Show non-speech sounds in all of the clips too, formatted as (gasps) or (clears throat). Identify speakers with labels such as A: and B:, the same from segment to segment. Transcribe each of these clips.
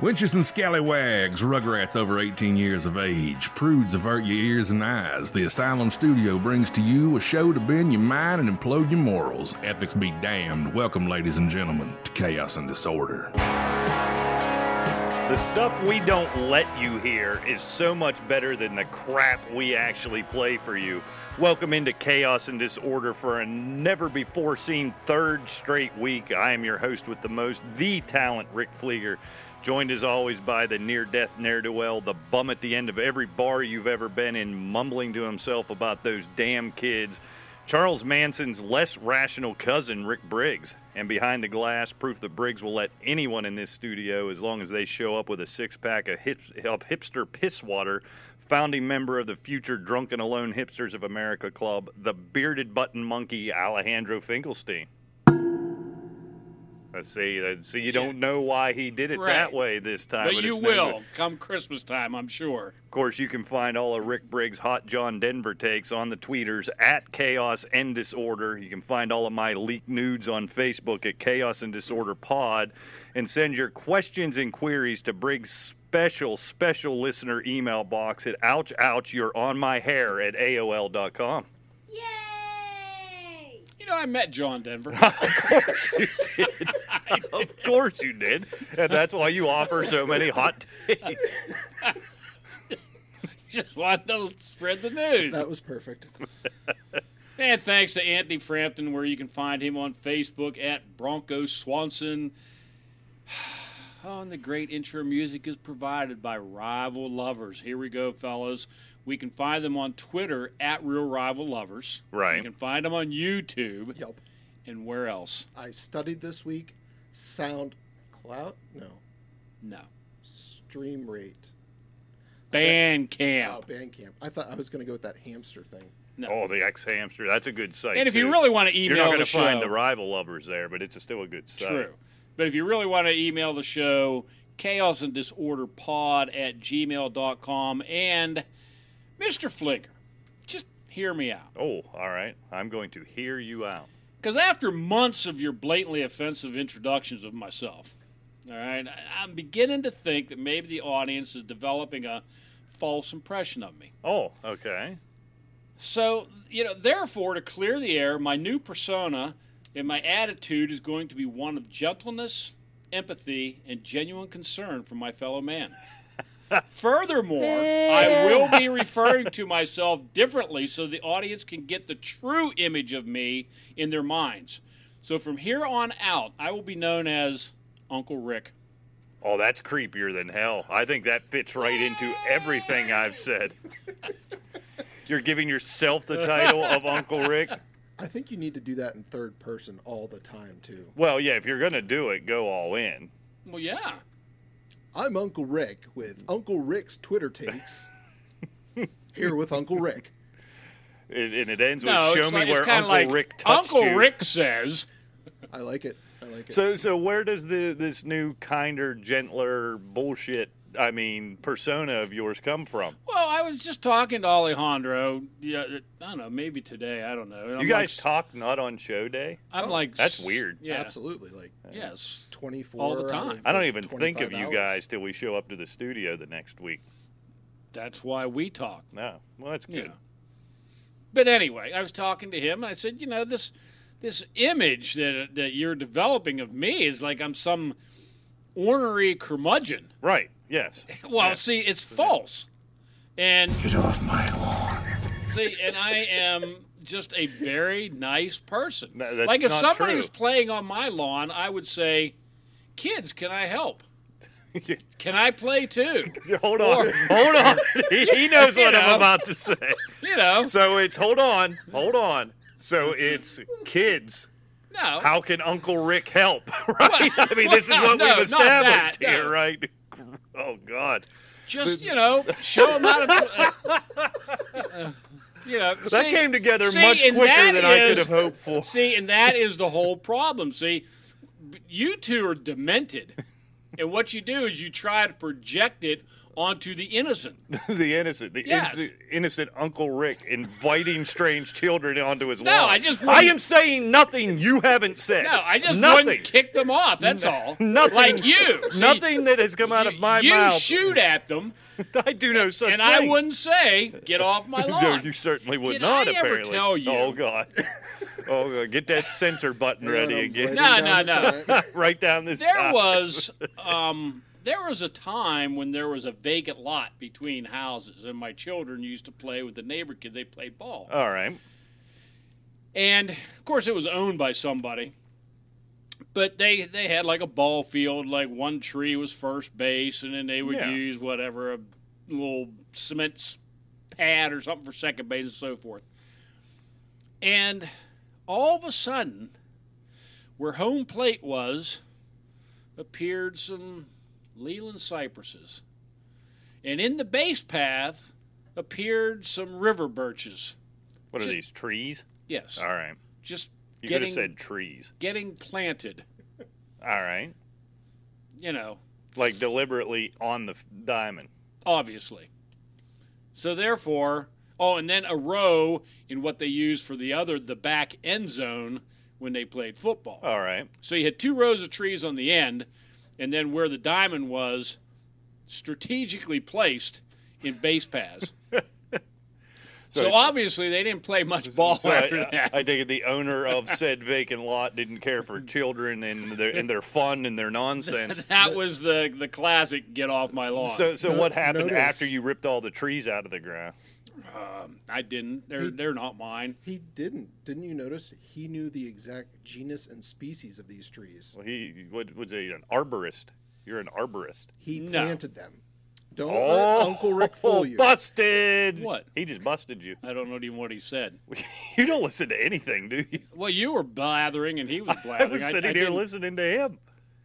A: Winches and scallywags, rugrats over 18 years of age, prudes avert your ears and eyes. The Asylum Studio brings to you a show to bend your mind and implode your morals. Ethics be damned. Welcome, ladies and gentlemen, to Chaos and Disorder.
B: The stuff we don't let you hear is so much better than the crap we actually play for you. Welcome into Chaos and Disorder for a never before seen third straight week. I am your host with the most, the talent, Rick Flieger. Joined as always by the near death ne'er do well, the bum at the end of every bar you've ever been in, mumbling to himself about those damn kids. Charles Manson's less rational cousin, Rick Briggs. And behind the glass, proof that Briggs will let anyone in this studio as long as they show up with a six pack of, hip, of hipster piss water. Founding member of the future Drunken Alone Hipsters of America Club, the bearded button monkey, Alejandro Finkelstein. Let's see. Let's see, you don't know why he did it that
C: Right.
B: way this time.
C: But you
B: it's no good.
C: will come Christmas time, I'm sure.
B: Of course, you can find all of Rick Briggs' Hot John Denver takes on the tweeters at Chaos and Disorder. You can find all of my leaked nudes on Facebook at Chaos and Disorder Pod and send your questions and queries to Briggs' special, special listener email box at ouch, ouch, you're on my hair at AOL.com.
D: Yay!
C: You know, I met John
B: (laughs)
C: Denver. (laughs)
B: Of course you did. And that's why you offer so many hot takes.
C: Just wanted to spread the news.
E: That was perfect.
C: And thanks to Anthony Frampton, where you can find him on Facebook at Bronco Swanson. (sighs) Oh, and the great intro music is provided by Rival Lovers. Here we go, fellas. We can find them on Twitter at Real Rival Lovers.
B: Right.
C: You can find them on YouTube.
E: Yep.
C: And where else?
E: I studied this week. Sound cloud? No.
C: No.
E: Stream rate.
C: Bandcamp.
E: Oh, Bandcamp. I thought I was going to go with that hamster thing.
B: Oh, the X Hamster. That's a good site.
C: And if you
B: too.
C: really want to
B: You're
C: email
B: not
C: the
B: gonna
C: show,
B: find the rival lovers there, but it's still a good site.
C: True. But if you really want to email the show, chaos and disorder pod at gmail.com and Mr. Flicker, just hear me out.
B: Oh, all right. I'm going to hear you out.
C: Because after months of your blatantly offensive introductions of myself, all right, I- I'm beginning to think that maybe the audience is developing a false impression of me.
B: Oh, okay.
C: So, you know, therefore, to clear the air, my new persona and my attitude is going to be one of gentleness, empathy, and genuine concern for my
B: (laughs)
C: fellow man. Furthermore, I will be referring to myself differently so the audience can get the true image of me in their minds. So from here on out, I will be known as Uncle Rick.
B: Oh, that's creepier than hell. I think that fits right into everything I've said. You're giving yourself the title of Uncle Rick?
E: I think you need to do that in third person all the time, too.
B: Well, yeah, if you're going to do it, go all in.
C: Well, yeah.
E: I'm Uncle Rick with Uncle Rick's
B: (laughs)
E: Twitter takes. Here with Uncle Rick.
B: It, and it ends with
C: No,
B: show
C: it's
B: me
C: like- it's
B: where
C: kinda
B: Uncle
C: like
B: Rick touched
C: Uncle
B: you.
C: Rick says.
E: I like it. I like it.
B: So, so where does the this new kinder, gentler bullshit? I mean, persona of yours come from?
C: Well, I was just talking to Alejandro. Yeah, I don't know, maybe today. I don't know. And
B: You
C: I'm
B: guys
C: like,
B: talk not on show day?
C: I'm like,
B: That's weird.
C: Yeah,
E: Absolutely. Like
C: Yes.
E: 24
C: All the
E: out of
C: time.
B: I don't even
E: 25
B: think of you
E: hours.
B: guys till we show up to the studio the next week.
C: That's why we talk.
B: No, well that's
C: Yeah.
B: good.
C: But anyway, I was talking to him, and I said, you know, this this image that that you're developing of me is like I'm some ornery curmudgeon.
B: Right?
C: (laughs)
B: Yes.
C: Well,
B: Yeah.
C: see, it's false. And
A: Get off my lawn.
C: See, and I am just a very nice person.
B: No, that's
C: like if
B: not
C: somebody
B: true.
C: was playing on my lawn, I would say, "Kids, can
B: (laughs)
C: I help? Can I play too?"
B: hold on, hold
C: (laughs)
B: on. he, he knows
C: You
B: what I'm
C: know.
B: about to say.
C: You know,
B: So it's hold on, hold on. So it's kids.
C: no.
B: How can Uncle Rick help? (laughs) Right? I mean, this is
C: Well,
B: what
C: no,
B: we've
C: not that,
B: established here,
C: no.
B: right? Oh God,
C: just you know, show them how to. Uh, you know,
B: that
C: see-
B: came together
C: see,
B: much
C: and
B: quicker
C: that
B: than I could
C: is-
B: have hoped for.
C: See, and that is the whole problem. See, you two are demented. and what you do is you try to project it onto the innocent.
B: the innocent, the
C: Yes.
B: inno- innocent Uncle Rick inviting strange children onto his
C: No,
B: lawn.
C: I just
B: I
C: wouldn't-
B: am saying nothing you haven't said.
C: No, I just
B: nothing.
C: wouldn't kick them off. That's all.
B: (laughs)
C: (laughs)
B: Nothing.
C: like you. See,
B: Nothing that has come out of my
C: you
B: mouth.
C: shoot at them,
B: (laughs) I do no such
C: and
B: thing.
C: I wouldn't say, "Get off my
B: (laughs)
C: lawn."
B: No, you certainly would
C: Did
B: not.
C: I ever
B: apparently.
C: tell you?
B: Oh God.
C: (laughs)
B: Oh, God. get that censor button ready again.
C: No, no, no.
B: (laughs) right down this.
C: there
B: top. (laughs)
C: was um, there was a time when there was a vacant lot between houses, and my children used to play with the neighbor kids. They played ball,
B: All right.
C: and of course, it was owned by somebody. But they they had like a ball field. Like one tree was first base, and then they would
B: Yeah.
C: use whatever a little cement s- pad or something for second base and so forth. And all of a sudden, where home plate was, appeared some Leland cypresses. And in the base path appeared some river birches.
B: What are
C: Just-
B: these trees?
C: Yes.
B: All right.
C: Just
B: You could
C: getting,
B: have said trees.
C: getting planted,
B: All right.
C: you know,
B: Like deliberately on the f- diamond.
C: obviously. So therefore, oh, and then a row in what they used for the other, the back end zone when they played football.
B: All right.
C: So you had two rows of trees on the end, and then where the diamond was, strategically placed in base
B: (laughs)
C: paths. so, obviously they didn't play much ball
B: So
C: after
B: I,
C: that.
B: I, I think the owner
C: (laughs)
B: of said vacant lot didn't care for children and their and their fun
C: (laughs)
B: and their nonsense.
C: that was the the classic "get off my lawn."
B: So, so
E: No-
B: what happened
E: notice.
B: after you ripped all the trees out of the ground?
C: I didn't. They're they're not mine.
E: He didn't. Didn't you notice? He knew the exact genus and species of these trees.
B: Well, he what was he an arborist? You're an arborist.
E: He
C: No.
E: planted them. Don't let
B: Oh,
E: uh, Uncle Rick fool
B: (laughs)
E: you.
B: busted!
C: What?
B: He just busted you. (laughs)
C: I don't know even what he said.
B: You don't listen to anything, do you?
C: Well, you were blathering and he was
B: (laughs) I
C: blathering.
B: was sitting here
C: didn't-
B: listening to him.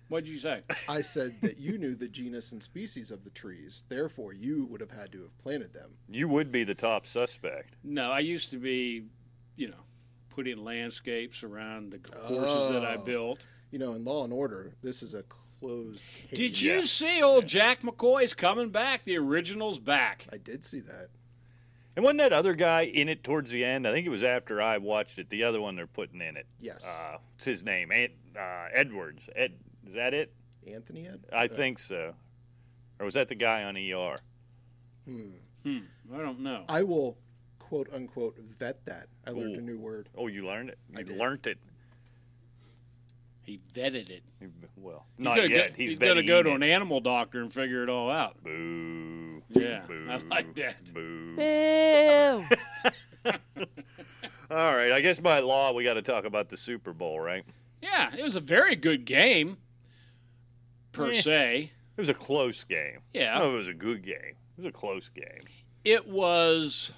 C: What'd you say?
E: I said that you knew the genus and species of the trees. Therefore, you would have had to have planted them.
B: You would be the top suspect.
C: No, I used to be, you know, putting landscapes around the courses that I
E: Oh.
C: built.
E: You know, in Law and Order, this is a closed case.
C: Did
B: Yeah.
C: you see old Jack McCoy's coming back? The original's back.
E: I did see that.
B: And wasn't that other guy in it towards the end? I think it was after I watched it. The other one they're putting in it.
E: Yes.
B: Uh, what's his name? Ant, uh, Edwards. Ed, is that it?
E: Anthony had.
B: I think so. Or was that the guy on ER?
C: Hmm. I don't know.
E: I will quote unquote vet that. I learned
B: Ooh.
E: a new word.
B: Oh, you learned it.
E: I
B: You
E: did.
B: learned it.
C: He vetted it.
B: Well,
C: He's
B: not
C: gonna
B: yet.
C: Go,
B: he's
C: he's going to go to
B: vetting
C: an
B: it.
C: animal doctor and figure it all out.
B: Boo.
C: Yeah,
B: Boo.
C: I (laughs) like that.
B: Boo.
D: Boo.
B: (laughs) All right. I guess by law we got to talk about the Super Bowl, right?
C: Yeah, it was a very good game, per
B: Eh.
C: se.
B: It was a close game.
C: Yeah.
B: No, it was a good game. It was a close game.
C: It was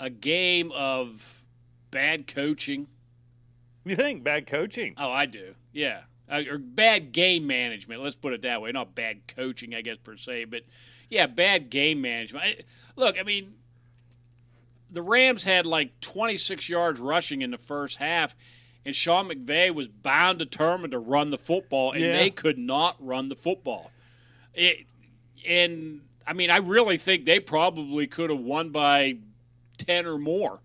C: a game of bad coaching.
B: You think bad coaching?
C: Oh, I do. Yeah. Uh, or bad game management. Let's put it that way. Not bad coaching, I guess, per se, but yeah, bad game management. I, look, I mean, the Rams had like 26 yards rushing in the first half, and Sean McVay was bound determined to run the football, and
B: Yeah.
C: they could not run the football. It, and, I mean, I really think they probably could have won by 10 or more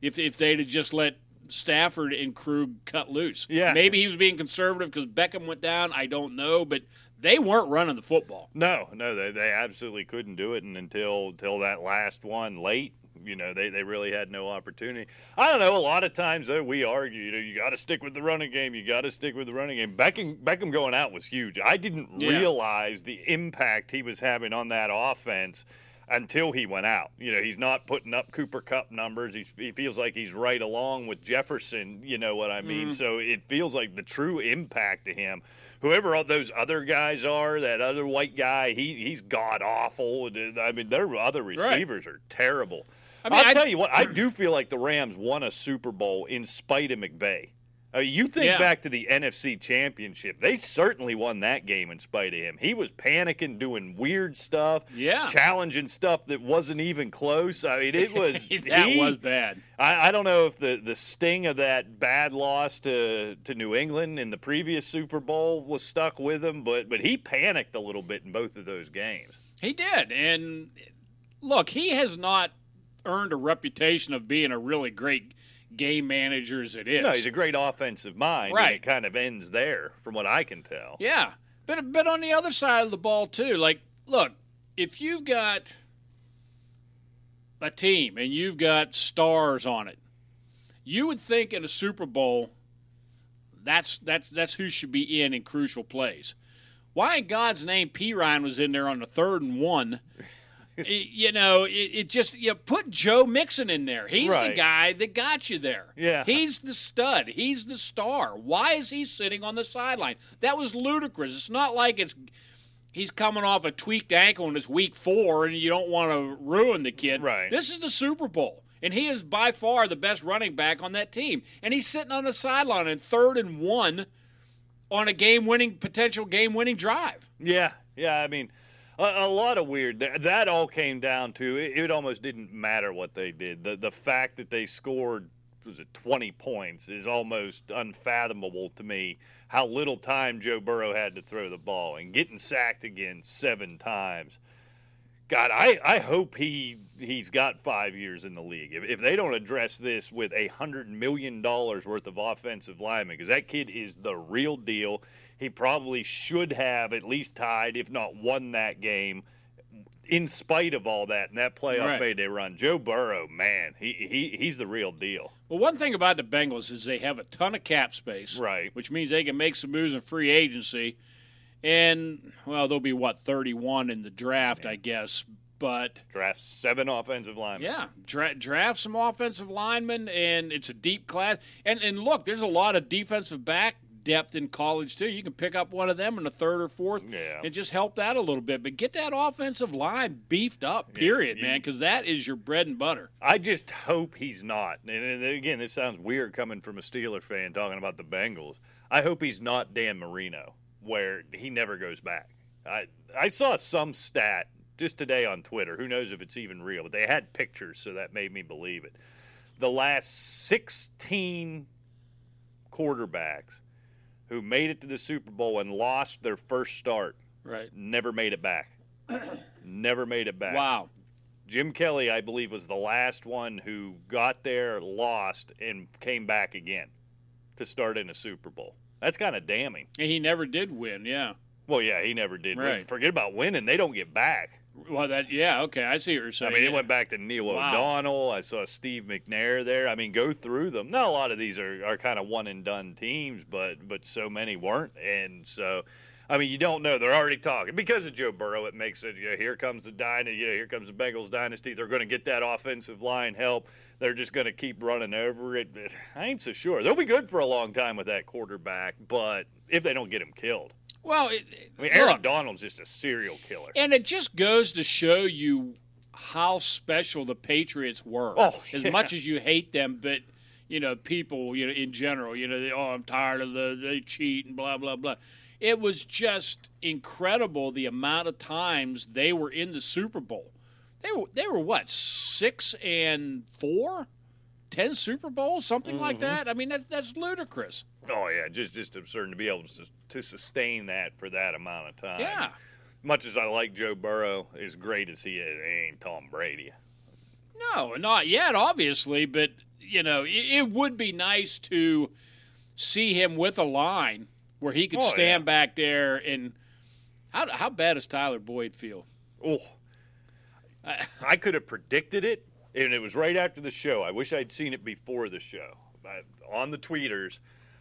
C: if if they'd have just let Stafford and Krug cut loose.
B: Yeah.
C: maybe he was being conservative because Beckham went down. I don't know, but they weren't running the football.
B: No, no, they, they absolutely couldn't do it, and until until that last one late, you know, they, they really had no opportunity. I don't know. A lot of times though, we argue, you know, you got to stick with the running game. You got to stick with the running game. Beckham Beckham going out was huge. I didn't
C: Yeah.
B: realize the impact he was having on that offense until he went out. You know, he's not putting up Cooper Cup numbers. He's, he feels like he's right along with Jefferson. You know what I mean? So it feels like the true impact to him. Whoever all those other guys are, that other white guy, he he's god awful. I mean, their other receivers are terrible. I
C: mean,
B: will
C: I-
B: tell you what, I do feel like the Rams won a Super Bowl in spite of McVay. I mean, you think
C: Yeah.
B: back to the NFC Championship. They certainly won that game in spite of him. He was panicking, doing weird stuff,
C: Yeah.
B: challenging stuff that wasn't even close. I mean, it was
C: (laughs) that
B: he-
C: was bad.
B: I, I don't know if the, the sting of that bad loss to, to New England in the previous Super Bowl was stuck with him, but but he panicked a little bit in both of those games.
C: He did. And look, he has not earned a reputation of being a really great game manager as it is.
B: No, he's a great offensive mind, and it
C: Right.
B: kind of ends there, from what I can tell.
C: yeah. But but on the other side of the ball too, like look, if you've got a team and you've got stars on it, you would think in a Super Bowl that's that's that's who should be in in crucial plays. Why in God's name P Ryan was in there on the third and one? It- you know, it, it just you know, put Joe Mixon in there. He's
B: Right.
C: the guy that got you there.
B: Yeah.
C: he's the stud. He's the star. Why is he sitting on the sideline? That was ludicrous. It's not like it's he's coming off a tweaked ankle and it's week four, and you don't want to ruin the kid.
B: Right.
C: This is the Super Bowl, and he is by far the best running back on that team, and he's sitting on the sideline in third and one on a game-winning potential game-winning drive.
B: Yeah, yeah. I mean, a, a lot of weird. That, that all came down to it, it. Almost didn't matter what they did. The the fact that they scored was it twenty points is almost unfathomable to me. How little time Joe Burrow had to throw the ball and getting sacked again seven times. God, I, I hope he he's got five years in the league. If, if they don't address this with a hundred million dollars worth of offensive linemen, because that kid is the real deal. He probably should have at least tied, if not won, that game. In spite of all that and that playoff
C: Right.
B: mayday run, Joe Burrow, man, he, he he's the real deal.
C: Well, one thing about the Bengals is they have a ton of cap space,
B: Right.
C: Which means they can make some moves in free agency, and well, they'll be what thirty-one in the draft, I guess. But
B: Draft seven offensive linemen.
C: yeah, dra- draft some offensive linemen, and it's a deep class. And and look, there's a lot of defensive back depth in college too. You can pick up one of them in the third or fourth,
B: Yeah.
C: and just help that a little bit. But get that offensive line beefed up, period,
B: you-
C: man, because that is your bread and butter.
B: I just hope he's not. And, and again, this sounds weird coming from a Steeler fan talking about the Bengals. I hope he's not Dan Marino, where he never goes back. I I saw some stat just today on Twitter. Who knows if it's even real? But they had pictures, so that made me believe it. The last 16 quarterbacks who made it to the Super Bowl and lost their first start
C: Right.
B: never made it
C: (clears throat)
B: back. never made it back.
C: Wow.
B: Jim Kelly, I believe, was the last one who got there, lost, and came back again to start in a Super Bowl. That's kind of damning.
C: And he never did win. Yeah.
B: Well, yeah, he never did. win.
C: Right.
B: Forget about winning; they don't get back.
C: Well, that yeah. Okay, I see what you're
B: I
C: saying.
B: mean,
C: yeah.
B: it went back to Neil
C: Wow.
B: O'Donnell. I saw Steve McNair there. I mean, go through them. Now, a lot of these are, are kind of one and done teams, but but so many weren't, and so. I mean, you don't know. They're already talking because of Joe Burrow. It makes it. You know, here comes the dynasty. You know, here comes the Bengals dynasty. They're going to get that offensive line help. They're just going to keep running over it. But I ain't so sure. They'll be good for a long time with that quarterback, but if they don't get him killed,
C: Well, it, it-
B: I mean, Aaron
C: look,
B: Donald's just a serial killer.
C: and it just goes to show you how special the Patriots were.
B: Oh, yeah.
C: As much as you hate them, but you know, people, you know, in general, you know, they, oh, I'm tired of the they cheat and blah blah blah. It was just incredible the amount of times they were in the Super Bowl. They were they were what six and four, ten Super Bowls, something like
B: Mm-hmm.
C: that. I mean, that, that's ludicrous.
B: Oh yeah, just just absurd to be able to, to sustain that for that amount of time.
C: Yeah.
B: Much as I like Joe Burrow, as great as he is, he ain't Tom Brady.
C: No, not yet, obviously, but you know, it, it would be nice to see him with a line where he could
B: Oh,
C: stand
B: yeah.
C: back there and how how bad does Tyler Boyd feel?
B: Oh, I, I could have predicted it, and it was right after the show. I wish I'd seen it before the show. I, on the tweeters,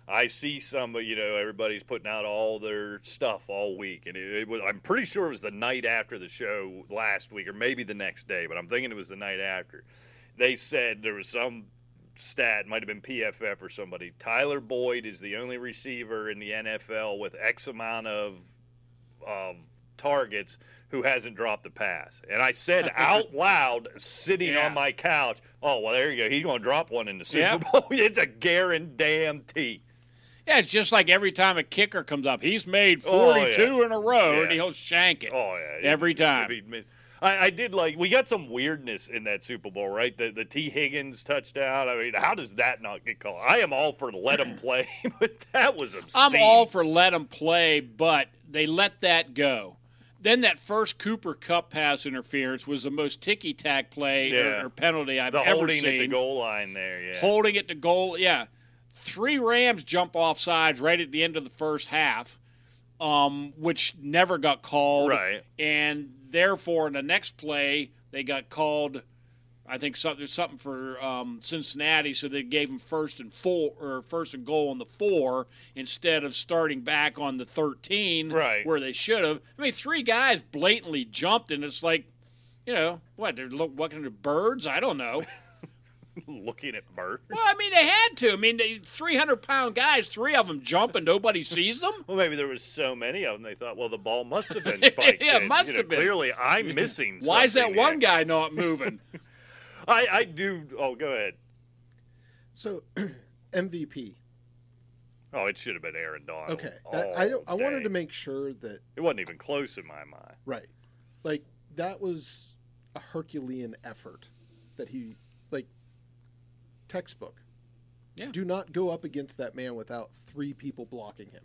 B: I see somebody, you know, everybody's putting out all their stuff all week, and it, it was, I'm pretty sure it was the night after the show last week, or maybe the next day, but I'm thinking it was the night after. They said there was some stat, might have been PFF or somebody. Tyler Boyd is the only receiver in the NFL with X amount of of targets who hasn't dropped the pass. And I said out loud, sitting
C: Yeah.
B: on my (laughs) couch, "Oh well, there you go. He's going to drop one in the Super
C: Yep.
B: Bowl. it's a guarantee."
C: Yeah, it's just like every time a kicker comes up, he's made
B: Oh, yeah.
C: 42 in a row, and
B: Yeah.
C: he'll shank it.
B: Oh yeah,
C: Every
B: If-
C: time.
B: if he'd miss- I, I did like we got some weirdness in that Super Bowl, right? The the T Higgins touchdown. I mean, how does that not get called? I am all for let him play, (laughs) but that was obscene.
C: I'm all for let them play, but they let that go. Then that first Cooper Cup pass interference was the most ticky tack play or-
B: Yeah.
C: or, penalty I've
B: the
C: ever
B: holding
C: seen.
B: at the goal line there. Yeah,
C: Holding it to goal, yeah. Three Rams jump off sides right at the end of the first half, um, which never got called.
B: Right.
C: And therefore, in the next play, they got called. I think something there's something for um, Cincinnati, so they gave them first and four or first and goal on the four instead of starting back on the thirteen,
B: Right.
C: where they should have. I mean, three guys blatantly jumped, and it's like, you know, what they're look- looking at birds. I don't know.
B: (laughs) looking at Bert.
C: Well, I mean, they had to. I mean, they, 300 pound guys, three of them jump and nobody sees them.
B: Well, maybe there was so many of them. They thought, well, the ball must have been spiked.
C: (laughs) Yeah, it
B: in.
C: must
B: You know,
C: have been.
B: Clearly,
C: (laughs)
B: I'm missing.
C: Why is that
B: something
C: one
B: here.
C: guy not moving?
B: I, I do. Oh, go ahead.
E: So, (clears throat) MVP.
B: Oh, it should have been Aaron Donald.
E: Okay, that, I
B: all
E: I wanted
B: day.
E: to make sure that
B: It wasn't even close in my mind.
E: right, like that was a Herculean effort that he like textbook.
C: Yeah.
E: Do not go up against that man without three people blocking him.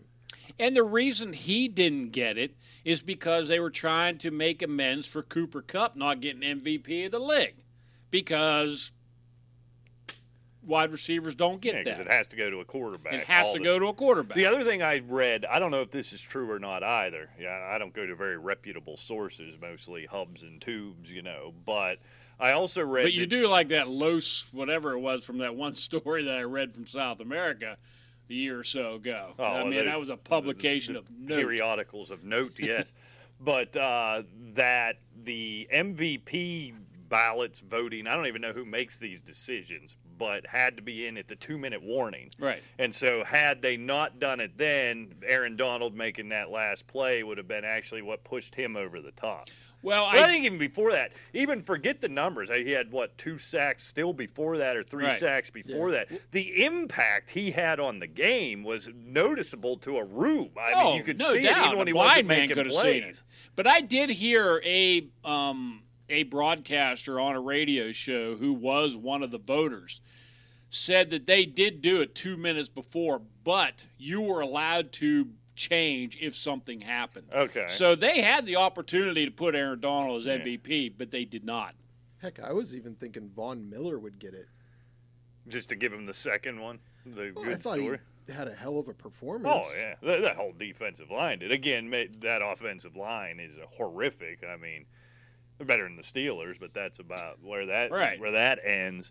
C: and the reason he didn't get it is because they were trying to make amends for Cooper Cup not getting MVP of the league because wide receivers don't
B: Yeah,
C: get
B: 'cause it
C: that.
B: has to go to a quarterback.
C: It has
B: all
C: to
B: the
C: go to a quarterback.
B: The other thing I read, I don't know if this is true or not either. Yeah, I don't go to very reputable sources, mostly hubs and tubes, you know. But I also read.
C: But you
B: that-
C: do like that Los, whatever it was, from that (laughs) one story that I read from South America a year or so ago.
B: Oh,
C: I
B: well,
C: mean, that
B: those-
C: was a publication
B: the-
C: of
B: the
C: note.
B: periodicals of note,
C: (laughs)
B: yes. but uh, that the MVP ballots voting, I don't even know who makes these decisions, but had to be in at the two minute warning.
C: Right.
B: And so, had they not done it then, Aaron Donald making that last play would have been actually what pushed him over the top.
C: Well,
B: But I,
C: I,
B: think even before that, even forget the numbers. He had what two sacks still before that, or three
C: Right.
B: sacks before that. The impact he had on the game was noticeable to a room. I
C: oh,
B: mean, you could
C: no
B: see
C: doubt.
B: it even when
C: a
B: he
C: blind
B: wasn't
C: man
B: making
C: could have
B: plays.
C: seen it. But I did hear a um, a broadcaster on a radio show who was one of the voters said that they did do it two minutes before, but you were allowed to change if something happened.
B: Okay.
C: So they had the opportunity to put Aaron Donald as MVP, but they did not.
E: Heck, I was even thinking Von Miller would get it.
B: just to give him the second one, the
E: Well, I
B: good
E: thought
B: story.
E: he had a hell of a performance.
B: Oh yeah, that, that whole defensive line did. Again, ma- that offensive line is horrific. I mean, they're better than the Steelers, but that's about where that
C: Right.
B: where that ends.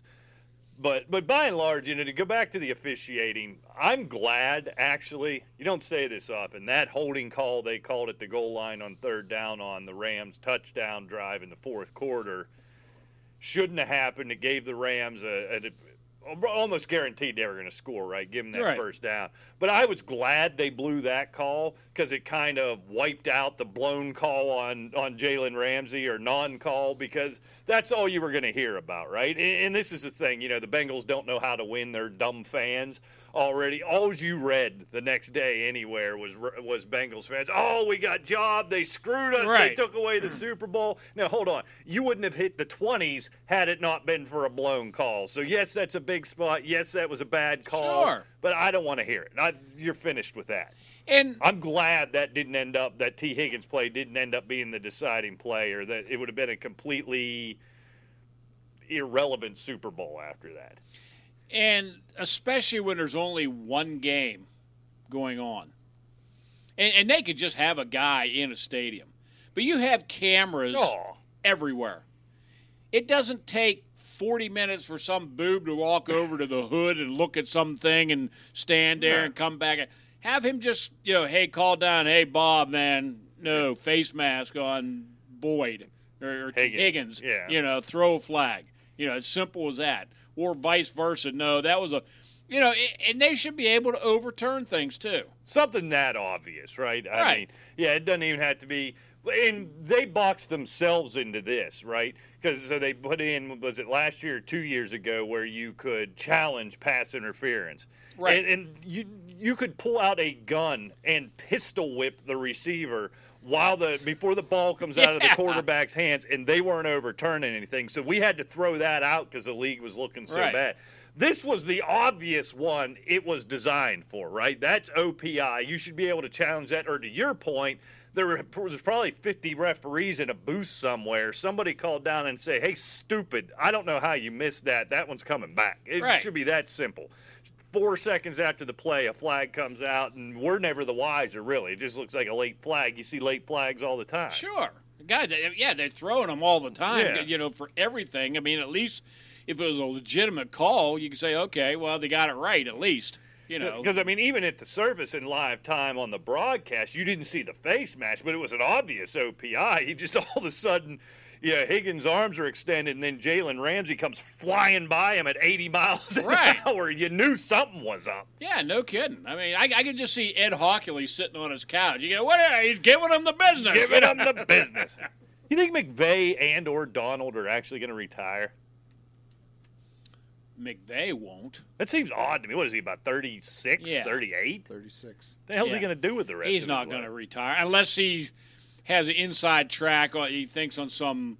B: But but by and large, you know, to go back to the officiating, I'm glad actually. You don't say this often. That holding call they called at the goal line on third down on the Rams touchdown drive in the fourth quarter shouldn't have happened. It gave the Rams a, a- almost guaranteed they were going to score, right? Give them that
C: Right.
B: first down. But I was glad they blew that call because it kind of wiped out the blown call on on Jalen Ramsey or non-call because that's all you were going to hear about, right? And, and this is the thing, you know, the Bengals don't know how to win. They're dumb fans already. All you read the next day anywhere was was Bengals fans. Oh, we got job. They screwed us. They
C: Right.
B: took took away the Super Bowl. Now, hold on. You wouldn't have hit the 20s had it not been for a blown call. So, yes, that's a big spot. Yes, that was a bad call.
C: Sure.
B: But I don't want to hear it. I, you're finished with that.
C: And
B: I'm glad that didn't end up, that T. Higgins play didn't end up being the deciding play, or that it would have been a completely irrelevant Super Bowl after that.
C: and especially when there's only one game going on. And, and they could just have a guy in a stadium. But you have cameras
B: Oh,
C: everywhere. It doesn't take 40 minutes for some boob to walk over to the hood and look at something and stand there and come back. Have him just, you know, hey, call down, hey, Bob, man, no, face mask on Boyd or, or
B: Higgins,
C: Higgins.
B: yeah.
C: You know, throw a flag. You know, as simple as that. Or vice versa. No, that was a. You know, a- and they should be able to overturn things too.
B: something that obvious, right? I
C: Right.
B: mean, yeah, it doesn't even have to be. And they boxed themselves into this, right? Because so they put in was it last year, or two years ago, where you could challenge pass interference,
C: Right.
B: And, and you you could pull out a gun and pistol whip the receiver while the before the ball comes out of the
C: Yeah.
B: quarterback's hands, and they weren't overturning anything. So we had to throw that out because the league was looking so
C: Right.
B: bad. This was the obvious one it was designed for, right? That's OPI. You should be able to challenge that. Or to your point, there were- was probably 50 referees in a booth somewhere. Somebody called down and say, "Hey, stupid! I don't know how you missed that. That one's coming back." It
C: Right.
B: should be that simple. Four seconds after the play, a flag comes out, and we're never the wiser. Really, it just looks like a late flag. You see late flags all the time.
C: Sure, God, they, yeah, they're throwing them all the time.
B: Yeah.
C: You know, for everything. I mean, at least if it was a legitimate call, you could say, okay, well, they got it right at least. You
B: (laughs)
C: know,
B: Because I mean, even at the service in live time on the broadcast, you didn't see the face match, but it was an obvious OPI. He just (laughs) all of a sudden, yeah, Higgins' arms are extended, and then Jalen Ramsey comes flying by him at 80 miles an
C: Right.
B: hour. You knew something was up.
C: Yeah, no kidding. I mean, I, I could just see Ed Hockley sitting on his couch. You go, what? are- He's giving them the business.
B: Giving him the
C: (laughs)
B: business. You think McVay and or Donald are actually going to retire?
C: McVeigh won't.
B: That seems odd to me. What is he about 36,
C: Yeah.
B: 38?
E: 36.
B: The hell's
C: Yeah.
B: he going to do with the rest?
C: He's
B: of
C: not
B: going
C: going to retire unless he has an inside track or he thinks on some,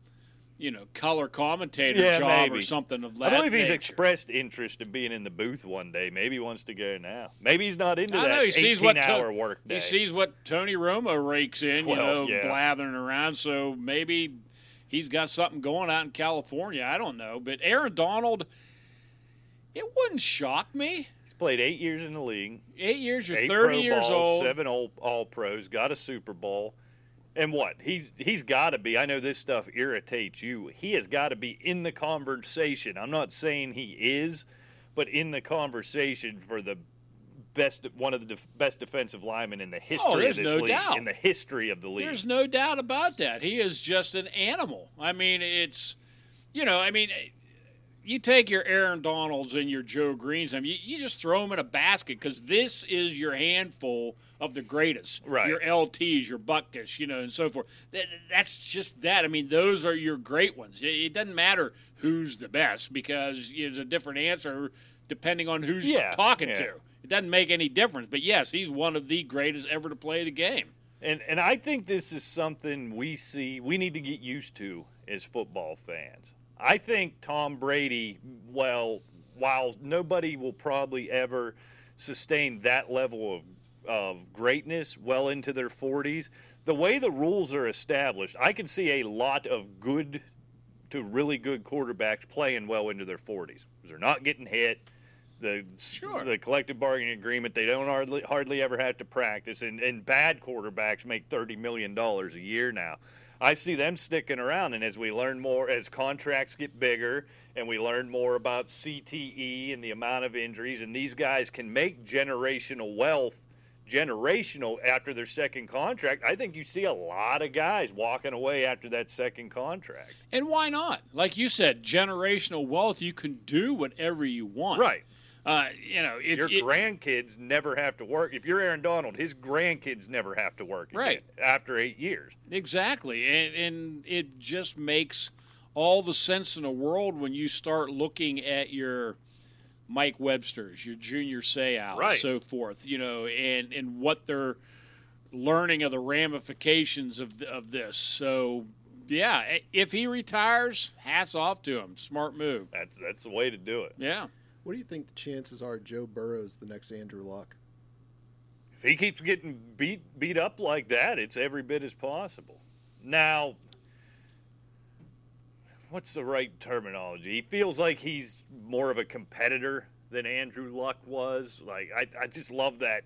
C: you know, color commentator
B: Yeah,
C: job or
B: maybe.
C: something of
B: I
C: that.
B: believe he's
C: nature.
B: expressed interest in being in the booth one day. Maybe he wants to go now. Maybe he's not into
C: I
B: that
C: know he sees what To-
B: eighteen-hour work day.
C: He sees what Tony Romo rakes in, you
B: Well,
C: know,
B: yeah.
C: blathering around. So maybe he's got something going out in California. I don't know, but Aaron Donald, it wouldn't shock me.
B: he's played eight years in the league,
C: Eight years, you're
B: eight
C: 30
B: Pro
C: years
B: balls,
C: old.
B: seven all, all Pros, got a Super Bowl, and what he's he's got to be. I know this stuff irritates you. He has got to be in the conversation. I'm not saying he is, but in the conversation for the best one of the def- best defensive linemen in the history
C: Oh, there's
B: of this
C: no
B: league,
C: doubt.
B: in the history of the league.
C: There's no doubt about that. He is just an animal. I mean, it's, you know, I mean, you take your Aaron Donalds and your Joe Greens, I mean, you, you just throw them in a basket because this is your handful of the greatest.
B: Right.
C: Your LTs, your Buckus, you know, and so forth. That, that's just that. I mean, those are your great ones. It, it doesn't matter who's the best because there's a different answer depending on who's
B: Yeah,
C: talking
B: yeah.
C: to. It doesn't make any difference. But yes, he's one of the greatest ever to play the game.
B: And and I think this is something we see we need to get used to as football fans. I think Tom Brady, well, while nobody will probably ever sustain that level of of greatness well into their 40s, the way the rules are established, I can see a lot of good to really good quarterbacks playing well into their 40s. 'Cause They're not getting hit. The
C: Sure.
B: the collective bargaining agreement, they don't hardly hardly ever have to practice and, and bad quarterbacks make 30 million dollars a year now. I see them sticking around and as we learn more as contracts get bigger and we learn more about CTE and the amount of injuries and these guys can make generational wealth generational after their second contract. I think you see a lot of guys walking away after that second contract.
C: And why not? Like you said, generational wealth, you can do whatever you want.
B: Right.
C: Uh, you know, if
B: Your
C: it-
B: grandkids never have to work. If you're Aaron Donald, his grandkids never have to work again
C: Right.
B: after eight years.
C: exactly. And, and it just makes all the sense in the world when you start looking at your Mike Webster's, your Junior Seau,
B: Right.
C: so forth, you know, and, and what they're learning of the ramifications of, of this. So, yeah, if he retires, hats off to him. Smart move.
B: That's that's the way to do it.
C: Yeah.
E: What do you think the chances are Joe Burrow's the next Andrew Luck?
B: If he keeps getting beat beat up like that, it's every bit as possible. Now, what's the right terminology? He feels like he's more of a competitor than Andrew Luck was. Like I, I just love that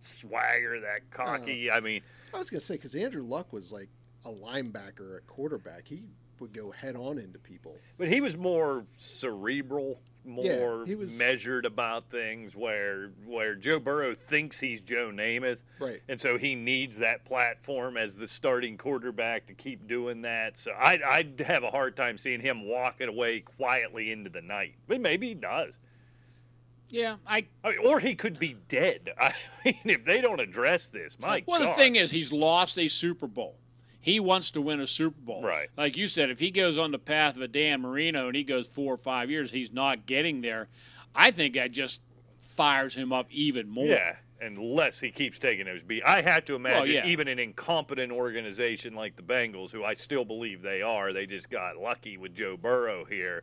B: swagger, that
C: Uh-huh.
B: cocky. I mean,
E: I was going to say, because Andrew Luck was like a linebacker at quarterback. He would go head on into people.
B: But he was more cerebral, more
E: he was-
B: measured about things. Where where Joe Burrow thinks he's Joe Namath,
E: Right.
B: and so he needs that platform as the starting quarterback to keep doing that. So I I'd have a hard time seeing him walking away quietly into the night. But maybe he does.
C: Yeah, I.
B: I mean, or he could be dead. (laughs) I mean, if they don't address this, my
C: well,
B: God.
C: the thing is, he's lost a Super Bowl. He wants to win a Super Bowl.
B: Right.
C: Like you said, if he goes on the path of a Dan Marino and he goes four or five years, he's not getting there. I think that just fires him up even more.
B: yeah, unless he keeps taking those beats. I had to imagine
C: yeah.
B: even an incompetent organization like the Bengals, who I still believe they are, they just got lucky with Joe Burrow here.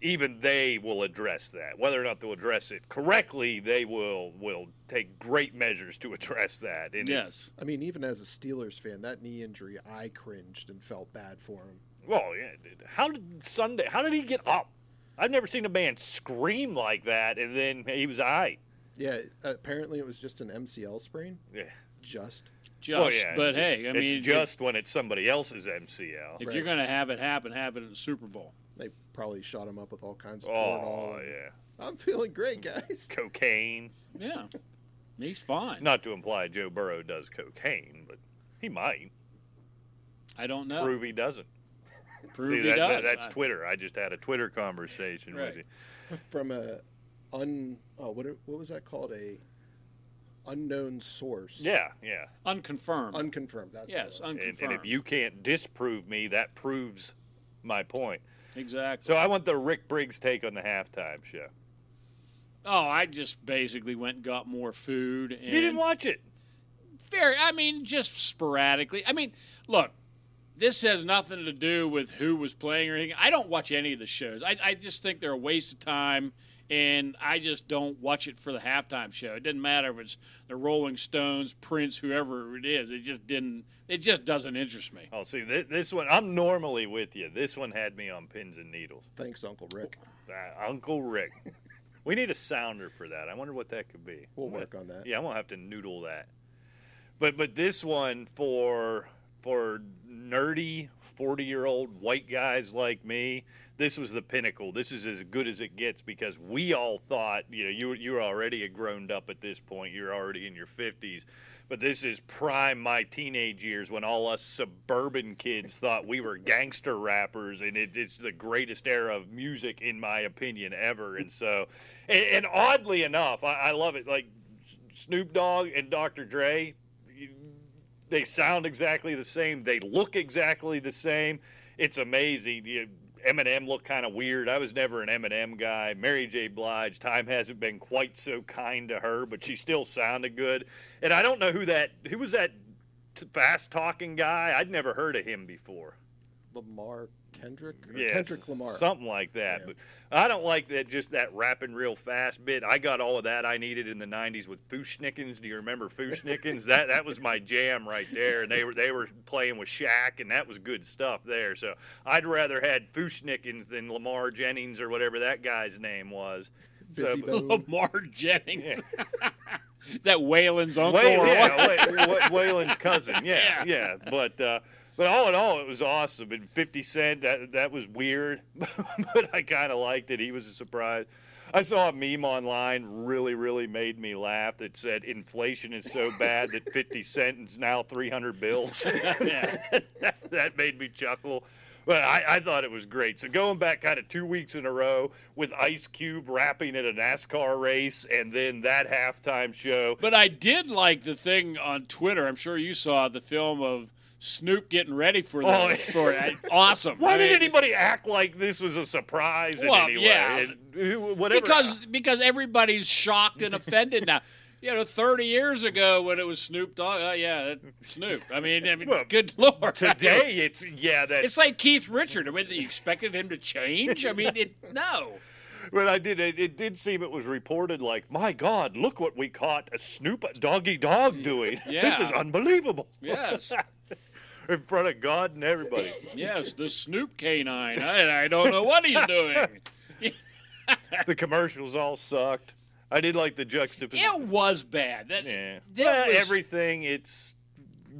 B: Even they will address that. Whether or not they'll address it correctly, they will will take great measures to (laughs) address that. And it-
C: Yes.
E: I mean, even as a Steelers fan, that knee injury, I cringed and felt bad for him.
B: Well, yeah. dude. How did Sunday? How did he get up? I've never seen a man scream like that, and then he was all right.
E: Yeah, apparently it was just an MCL sprain.
B: Yeah.
E: Just
C: Just.
B: well, yeah.
C: but hey, I
B: it's
C: mean,
B: just when it's somebody else's MCL.
C: if, if
E: Right.
C: you're going to have it happen, have it in the Super Bowl.
E: they probably shot him up with all kinds of
B: Oh
E: Toradol and-
B: yeah,
E: I'm feeling great, guys. (laughs)
B: cocaine.
C: Yeah. He's fine.
B: Not to imply Joe Burrow does cocaine, but he might.
C: I don't know.
B: Prove he doesn't.
C: Prove
B: See,
C: he
B: that,
C: does.
B: that- that's
C: I-
B: Twitter. I just had a Twitter conversation
C: Right.
B: with you.
E: From a un oh, what what was that called? A unknown source.
B: Yeah, yeah.
C: Unconfirmed.
E: Unconfirmed. That's what it
C: yes,
E: was.
B: And,
C: unconfirmed.
B: and if you can't disprove me, that proves my point.
C: exactly.
B: So I want the Rick Briggs take on the halftime show.
C: Oh, I just basically went and got more food. And
B: You didn't watch it.
C: very. I mean, just sporadically. I mean, look, this has nothing to do with who was playing or anything. I don't watch any of the shows. I, I just think they're a waste of time, and I just don't watch it for the halftime show. It doesn't matter if it's the Rolling Stones, Prince, whoever it is. It just didn't. It just doesn't interest me.
B: Oh, see, th- this one, I'm normally with you. This one had me on pins and needles.
E: Thanks, Uncle Rick.
B: Uh, Uncle
C: (laughs)
B: Rick. we need a sounder for that. I wonder what that could be.
E: We'll
B: I'm gonna-
E: work on that.
B: Yeah, I'm going to have to noodle that. But but this one for for nerdy 40-year-old white guys like me, this was the pinnacle. This is as good as it gets because we all thought, you know, you were- you were already a grown up at this point. You're already in your 50s. But this is prime my teenage years when all us suburban kids thought we were gangster rappers, and it, it's the greatest era of music, in my opinion, ever. And so, and, and oddly enough, I, I love it. Like Snoop Dogg and Dr. Dre, you- they sound exactly the same. They look exactly the same. It's amazing. You, Eminem looked kind of weird. I was never an Eminem guy. Mary J. Blige, time hasn't been quite so kind to her, but she still sounded good. And I don't know who that who was that fast talking guy. I'd never heard of him before.
E: Lamar Kendrick? Or
B: Yeah,
E: Kendrick Lamar.
B: Something like that.
E: Yeah.
B: But I don't like that just that rapping real fast bit. I got all of that I needed in the nineties with Fushnickens. Do you remember Fushnickens? that that was my jam right there. And they were they were playing with Shaq and that was good stuff there. So I'd rather had Fushnickens than Lamar Jennings or whatever that guy's name was.
E: Busy
B: so,
C: (laughs)
B: (laughs)
E: Bone.
C: Lamar Jennings.
B: Oh. Yeah.
C: Is (laughs) that Waylon's uncle
B: Way,
C: or what?
B: yeah, Way, Way- Waylon's cousin. Yeah, yeah. But uh, but all in all, it was awesome. And Fifty Cent, that, that was weird, (laughs) but I kind of liked it. He was a surprise. I saw a meme online, really, really made me laugh. That said, inflation is so bad that Fifty Cent is now three hundred bills. (laughs)
C: (laughs)
B: that made me chuckle. But I, I thought it was great. So going back kind of two weeks in a row with Ice Cube rapping at a NASCAR race, and then that halftime show.
C: But I did like the thing on Twitter. I'm sure you saw the film of Snoop getting ready for the,
B: Oh, yeah.
C: for it. Awesome.
B: Why
C: I
B: did
C: mean,
B: anybody act like this was a surprise
C: Well,
B: in any
C: yeah.
B: way? And who- whatever.
C: Because because everybody's shocked and offended now. You know, 30 years ago when it was Snoop Dogg, oh yeah, that Snoop. I mean, I mean,
B: Well,
C: good lord.
B: (laughs) today it's yeah that
C: (laughs) it's like Keith Richard. I mean, you expected him to change. I mean, it no.
B: when I did it, it did seem it was reported like my God look what we caught a Snoop Doggy Dog doing (laughs) this
C: Yeah.
B: is unbelievable
C: Yes,
B: in front of God and
C: (laughs)
B: everybody
C: yes, the Snoop canine. I, I don't know what
B: (laughs)
C: he's doing.
B: the commercials all sucked I did like the
C: It
B: juxtaposition
C: was bad. That,
B: yeah
C: that
B: Well,
C: was-
B: everything it's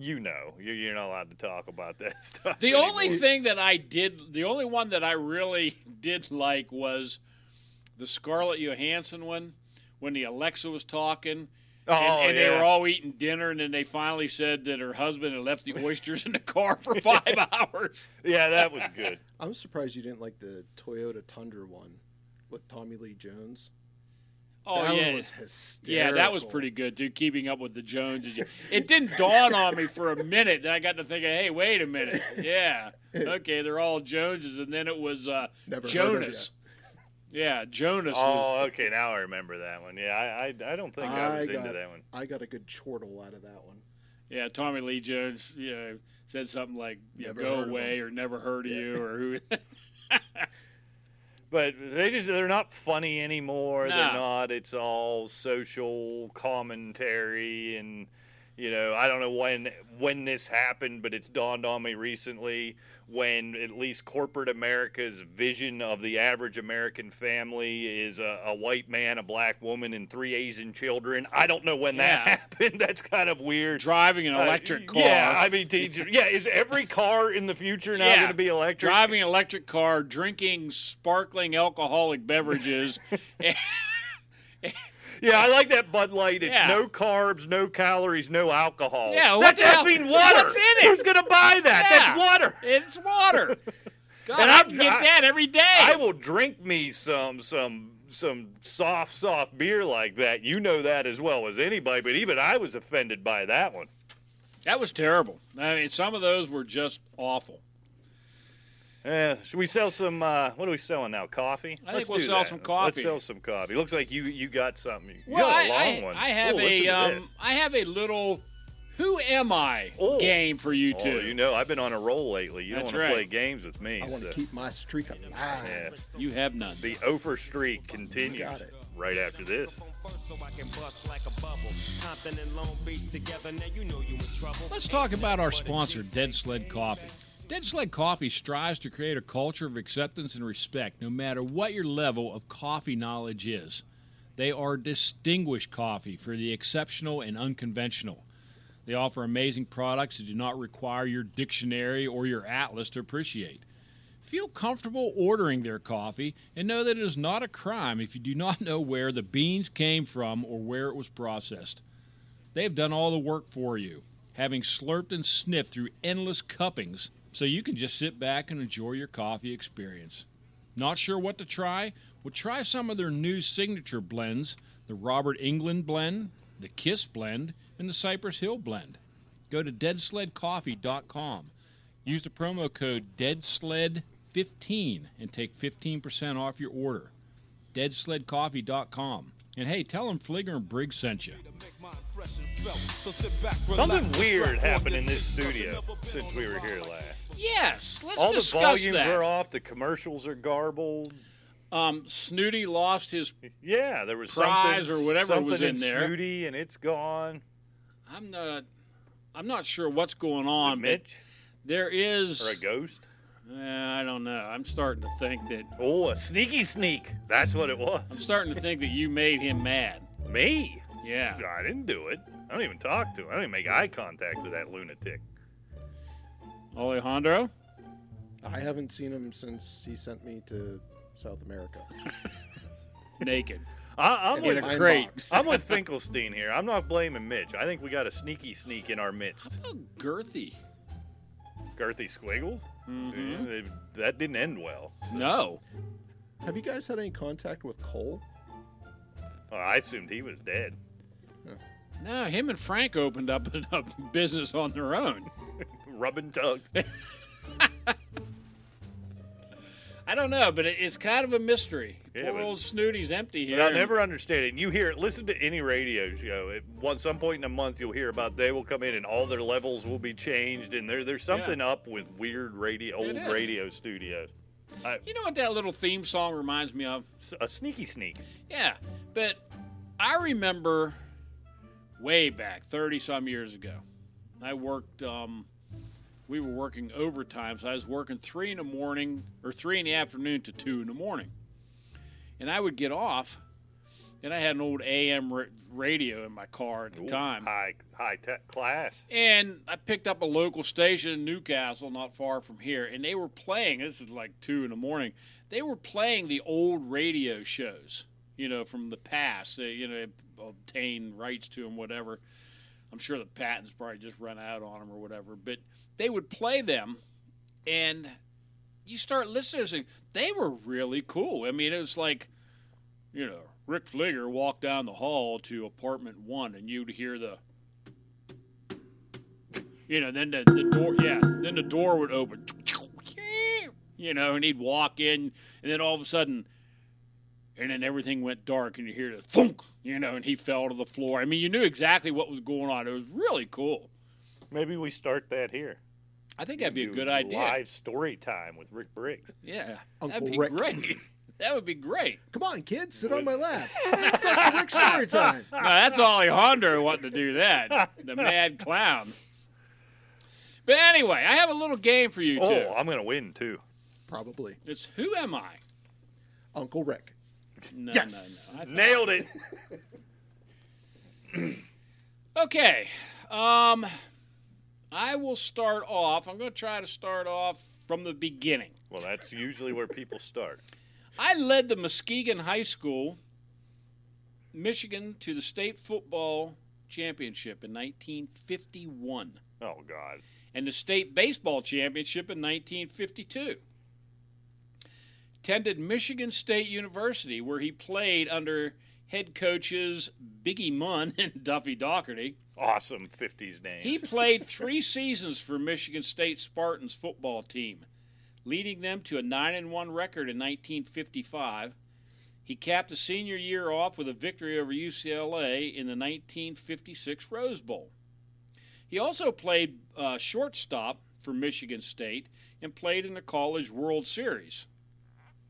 B: you know you're, you're not allowed to talk about that (laughs) stuff
C: The
B: anymore.
C: only thing that I did, the only one that I really (laughs) did like was the Scarlett Johansson one when the Alexa was talking.
B: oh
C: and and
B: yeah.
C: they were all eating dinner, and then they finally said that her husband had left the oysters in the car
B: (laughs)
C: for five hours.
B: yeah that was good
E: I'm surprised you didn't like the Toyota Tundra one with Tommy Lee Jones.
C: Oh
E: that
C: yeah,
E: one was hysterical.
C: yeah, that was pretty good, dude. Keeping up with the Joneses. It didn't dawn on me for a minute. Then I got to thinking, hey, wait a minute.
B: (laughs)
C: Yeah, okay, they're all Joneses, and then it was uh,
E: Never heard of
C: Jonas. Yeah, Jonas was.
B: Oh, okay. Now I remember that one. Yeah, I, I, I don't think I,
E: I
B: was into
E: got-
B: that one.
E: I got a good chortle out of that one.
C: Yeah, Tommy Lee Jones. You know, said something like, you know,
E: Never
C: "Go
E: heard of
C: away" or "Never heard of
E: Yeah.
C: you" or (laughs) who.
B: But they just—they're not funny anymore. They're
C: Nah.
B: not. It's all social commentary, and you know, I don't know when when this happened, but it's dawned on me recently when at least corporate America's vision of the average American family is a, a white man, a black woman, and three Asian children. I don't know when that (laughs)
C: Yeah.
B: happened. That's kind of weird.
C: driving an
B: Uh,
C: electric car.
B: Yeah, I mean, teacher. Yeah, is every car in the future now
C: Yeah.
B: going to be electric?
C: driving an electric car, drinking sparkling alcoholic (laughs) beverages.
B: Yeah, I like that Bud Light. It's
C: Yeah.
B: no carbs, no calories, no alcohol.
C: Yeah,
B: that's
C: what's al-
B: effing water.
C: what's in it?
B: Who's gonna buy that?
C: Yeah.
B: That's water.
C: it's water. God,
B: And
C: I
B: I'm-
C: can get
B: I-
C: that every day.
B: I will drink me some some some soft soft beer like that. You know that as well as anybody. But even I was offended by that one.
C: that was terrible. I mean, some of those were just awful.
B: Eh, should we sell some? Uh, what are we selling now? Coffee.
C: I think
B: Let's
C: we'll
B: do
C: sell
B: that.
C: some
B: Let's
C: coffee.
B: sell some coffee. Looks like you you got something. You
C: Well,
B: got
C: I,
B: a long
C: I-
B: one.
C: I have
B: Ooh, listen
C: a
B: to
C: um,
B: this.
C: I have a little "Who am I"
B: Oh.
C: game for you two.
B: Oh, you know, I've been on a roll lately. You
C: That's
B: don't want to
C: right.
B: play games with me.
E: I want
B: so-
E: to keep my streak alive.
B: yeah.
C: You have none.
B: The Ofer streak continues
E: Got it.
B: right after this.
C: Let's talk about our sponsor, Dead Sled Coffee. Dead Sled Coffee strives to create a culture of acceptance and respect, no matter what your level of coffee knowledge is. They are distinguished coffee for the exceptional and unconventional. They offer amazing products that do not require your dictionary or your atlas to appreciate. Feel comfortable ordering their coffee and know that it is not a crime if you do not know where the beans came from or where it was processed. They've done all the work for you, having slurped and sniffed through endless cuppings, so you can just sit back and enjoy your coffee experience. Not sure what to try? Well, try some of their new signature blends the Robert England blend, the Kiss blend, and the Cypress Hill blend. Go to deadsledcoffee.com. Use the promo code DEADSLED15 and take 15% off your order. DeadSledCoffee.com. And hey, tell them Fligger and Briggs sent you.
B: Something weird happened in this studio since we were here last.
C: Yes, let's
B: All the
C: discuss
B: volumes
C: that.
B: are off. The commercials are garbled.
C: Um, Snooty lost his.
B: Yeah, there was
C: Prize
B: something
C: or whatever
B: something
C: was
B: in
C: in there.
B: Snooty, and it's gone.
C: I'm not. I'm not sure what's going on, but
B: Mitch
C: there is.
B: or a ghost?
C: Uh, I don't know. I'm starting to think that.
B: Oh, a sneaky sneak. That's what it
C: I'm
B: was.
C: starting to think that you made him mad.
B: Me?
C: Yeah.
B: I didn't do it. I don't even talk to him. I don't even make eye contact with that lunatic.
C: Alejandro.
E: I haven't seen him since he sent me to South America.
C: Naked.
B: I, I'm
C: In
B: with
C: a
E: my
C: crate.
E: box.
B: I'm with Finkelstein here. I'm not blaming Mitch. I think we got a sneaky sneak in our midst.
C: Oh, girthy.
B: Girthy Squiggles?
C: Mhm.
B: Yeah, they- that didn't end well.
C: No.
E: Have you guys had any contact with Cole?
B: Oh, I assumed he was dead.
C: No. Him and Frank opened up (laughs) a business on their own.
B: Rub and
C: (laughs)
B: tug.
C: I don't know, but it, it's kind of a mystery.
B: Yeah,
C: Poor
B: but-
C: old Snooty's empty here.
B: But I'll never understand it. And you hear it. Listen to any radio show. At one some point in a month, you'll hear about they will come in and all their levels will be changed. And there, there's something up with weird radio, old
C: is.
B: radio studios. I,
C: You know what that little theme song reminds me of?
B: a sneaky sneak.
C: Yeah, but I remember way back, 30 some years ago, I worked, um, we were working overtime. So I was working three in the morning or three in the afternoon to two in the morning. And I would get off, and I had an old AM ra- radio in my car at the time.
B: High, high tech class.
C: And I picked up a local station in Newcastle, not far from here, and they were playing. This was like two in the morning. They were playing the old radio shows, you know, from the past. They, you know, obtain rights to them, whatever. I'm sure the patents probably just run out on them or whatever. But they would play them, and you start listening. They were really cool. I mean, it was like you know, Rick Fligger walked down the hall to apartment one, and you'd hear the, you know, then the, the door, yeah, then the door would open, you know, and he'd walk in, and then all of a sudden, and then everything went dark, and you hear the thunk, you know, and he fell to the floor. I mean, you knew exactly what was going on. It was really cool.
B: Maybe we start that here.
C: I think that'd be a
B: Do
C: good idea.
B: Live story time with Rick Briggs.
C: Yeah,
E: Uncle
C: that'd be
E: Rick.
C: great. (laughs) That would be (laughs) great.
E: Come on, kids, sit on
B: (laughs)
E: my lap. It's like Rick story time.
C: No, that's Alejandro wanting to do that. (laughs) The mad clown. But anyway, I have a little game for you two.
B: Oh, I'm gonna win too.
E: Probably
C: It's who am I?
E: Uncle Rick.
C: No,
E: Yes.
C: no, no.
B: Nailed it.
C: I- okay. Um, I will start off. I'm going to try to start off from the beginning.
B: Well, that's usually where people start.
C: I led the Muskegon High School, Michigan, to the state football championship in 1951
B: Oh God.
C: and the state baseball championship in 1952. Attended Michigan State University, where he played under head coaches Biggie Munn (laughs) and Duffy Doherty.
B: Awesome 50s names.
C: He played three seasons for Michigan State Spartans football team, leading them to a 9 and 1 record in 1955. He capped the senior year off with a victory over UCLA in the 1956 Rose Bowl. He also played uh, shortstop for Michigan State and played in the College World Series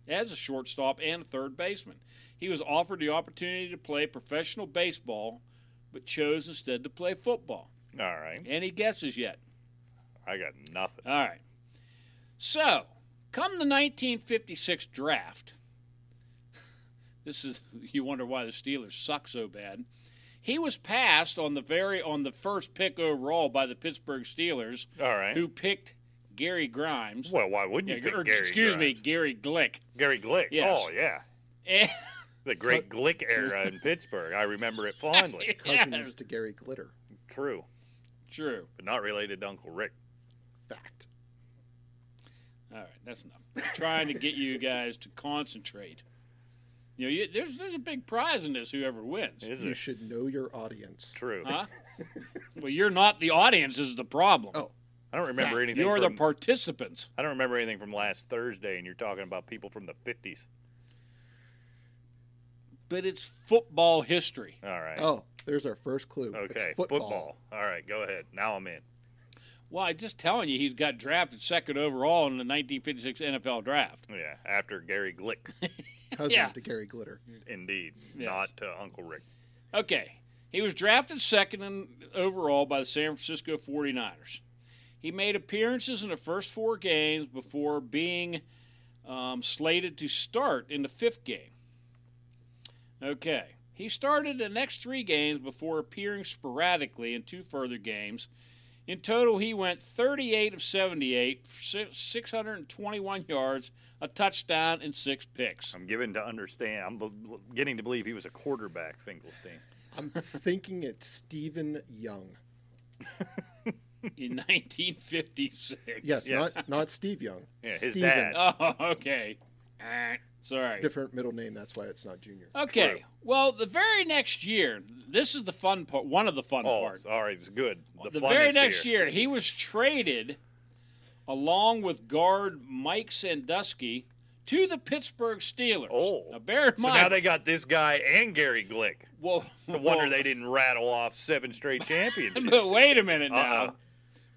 C: as a shortstop and third baseman. He was offered the opportunity to play professional baseball, but chose instead to play football.
B: All right.
C: Any guesses yet?
B: I got nothing.
C: All right. So, come the 1956 draft, (laughs) this is you wonder why the Steelers suck so bad. He was passed on the very on the first pick overall by the Pittsburgh Steelers,
B: All right.
C: who picked Gary Grimes.
B: well, why wouldn't you
C: Yeah,
B: pick
C: or,
B: Gary?
C: excuse me,
B: Grimes?
C: Gary Glick.
B: Gary Glick.
C: Yes. Eh.
B: Oh yeah,
C: And-
B: the
C: (laughs)
B: great Glick era in Pittsburgh. I remember it fondly.
E: Cousins
C: Yes,
E: to Gary Glitter.
B: True,
C: true.
B: but not related to Uncle Rick.
E: Fact.
C: All right, that's enough. I'm trying to get you guys to concentrate. You know, you, there's there's a big prize in this. Whoever wins.
B: Is
E: you
B: it
E: should know your audience.
B: (laughs) true?
C: Huh? well, you're not the audience is the problem.
E: Oh,
B: I don't remember anything.
C: You're
B: from,
C: the participants.
B: I don't remember anything from last Thursday, and you're talking about people from the 50s.
C: But it's football history.
B: All right.
E: oh, there's our first clue. It's
B: okay.
E: football.
B: All right. Go ahead. Now I'm in.
C: Well, I'm just telling you, he's got drafted second overall in the 1956 NFL draft.
B: Yeah. After Gary
C: (laughs)
B: Glick,
E: Cousin
C: Yeah.
E: to Gary Glitter.
B: indeed,
C: Yes.
B: not to Uncle Rick.
C: Okay. He was drafted second in overall by the San Francisco 49ers. He made appearances in the first four games before being um, slated to start in the fifth game. Okay. He started the next three games before appearing sporadically in two further games. In total, he went 38 of 78, si- 621 yards, a touchdown, and six picks.
B: I'm given to understand. I'm be- getting to believe he was a quarterback, Finkelstein.
E: I'm thinking it's Stephen Young.
C: in 1956.
E: Yes,
B: Yes.
E: not not Steve Young.
B: (laughs) Yeah, his
E: Stephen.
B: dad.
C: Oh, okay. Eh, Sorry.
E: Different middle name. That's why it's not Junior.
C: Okay.
B: True.
C: Well, the very next year, this is the fun part. One of the fun
B: Oh,
C: parts.
B: all right. It's good. The,
C: The
B: fun
C: very
B: is
C: next
B: here.
C: year, he was traded along with guard Mike Sandusky to the Pittsburgh Steelers.
B: Oh.
C: now bear in
B: So
C: mind.
B: now they got this guy and Gary Glick.
C: well,
B: (laughs) It's a wonder
C: well, (laughs)
B: they didn't rattle off seven straight championships.
C: But wait a minute now.
B: Uh-oh.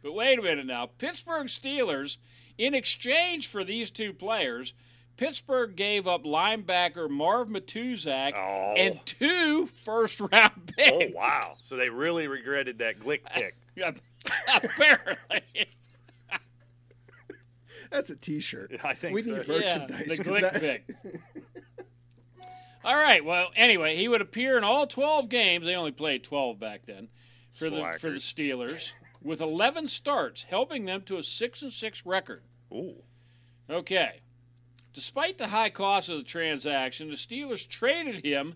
C: But wait a minute now. Pittsburgh Steelers, in exchange for these two players, Pittsburgh gave up linebacker Marv Matuzak
B: Oh.
C: and two first round
B: oh
C: (laughs) picks.
B: wow! So they really regretted that Glick pick.
C: (laughs) Apparently.
E: That's a T-shirt.
B: (laughs) I think
E: we
B: so.
E: need
C: Yeah,
E: merchandise.
C: the
E: 'cause
C: Glick
E: that-
C: pick. (laughs) All right. Well, anyway, he would appear in all 12 games. They only played 12 back then for the for the
B: Slackers.
C: Steelers with 11 starts, helping them to a 6 and 6 record.
B: Ooh.
C: Okay. Despite the high cost of the transaction, the Steelers traded him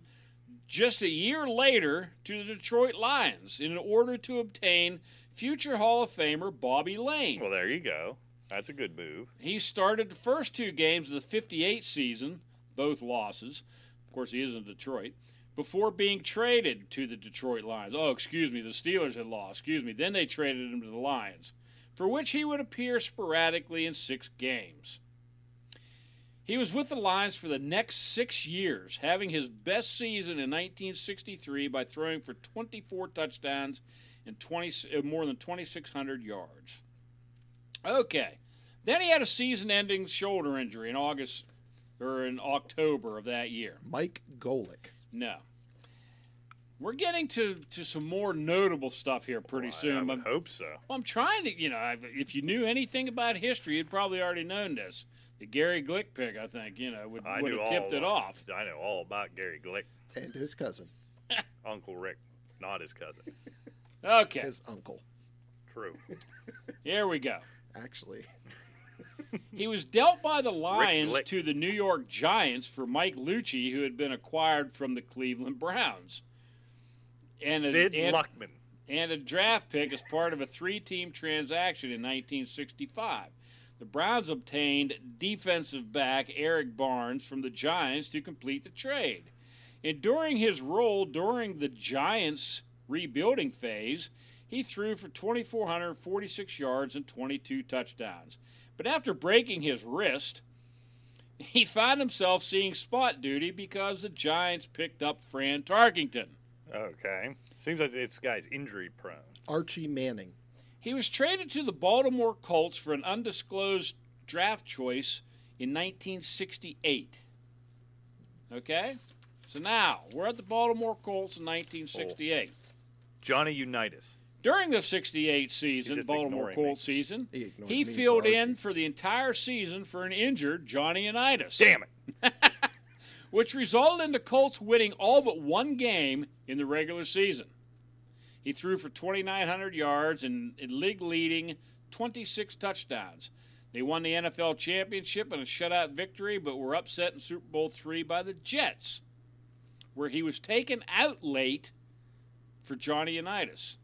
C: just a year later to the Detroit Lions in order to obtain future Hall of Famer Bobby Lane.
B: Well, there you go. That's a good move.
C: He started the first two games of the 58 season, both losses. course, he is in Detroit. Before being traded to the Detroit Lions. Oh, excuse me, the Steelers had lost. Excuse me. Then they traded him to the Lions, for which he would appear sporadically in six games. He was with the Lions for the next six years, having his best season in 1963 by throwing for 24 touchdowns and 20, uh, more than 2,600 yards. Okay. Then he had a season ending shoulder injury in August or in October of that year.
E: Mike Golick.
C: No. We're getting to, to some more notable stuff here pretty
B: Well, I-
C: soon.
B: I
C: but
B: would hope so.
C: well, I'm trying to, you know, I- if you knew anything about history, you'd probably already known this. The Gary Glick pick, I think, you know, would,
B: I
C: would
B: knew
C: have tipped
B: all
C: it off.
B: I know all about Gary Glick,
E: And his cousin.
B: Uncle Rick, not his cousin.
C: Okay,
E: His uncle,
B: True.
C: here we go.
E: actually.
C: He was dealt by the Lions
B: Glick.
C: to the New York Giants for Mike Lucci, who had been acquired from the Cleveland Browns. And a-
B: Sid
C: and-
B: Luckman.
C: and a draft pick as part of a three team transaction in 1965. The Browns obtained defensive back Eric Barnes from the Giants to complete the trade. And during his role during the Giants' rebuilding phase, he threw for 2,446 yards and 22 touchdowns. But after breaking his wrist, he found himself seeing spot duty because the Giants picked up Fran Tarkington.
B: Okay. Seems like this guy's injury prone.
E: Archie Manning.
C: He was traded to the Baltimore Colts for an undisclosed draft choice in 1968. Okay? So now we're at the Baltimore Colts in 1968.
B: Oh. Johnny Unitas.
C: During the 68
B: He's
C: season,
B: just
C: Baltimore
B: ignoring me.
C: Colts season,
E: He ignored
C: he
E: me for
C: filled
E: Archie.
C: in for the entire season for an injured Johnny Unitas,
B: Damn it.
C: which resulted in the Colts winning all but one game in the regular season. He threw for 2,900 yards and league leading 26 touchdowns. They won the NFL championship in a shutout victory, but were upset in Super Bowl three by the Jets, where he was taken out late for Johnny Unitas.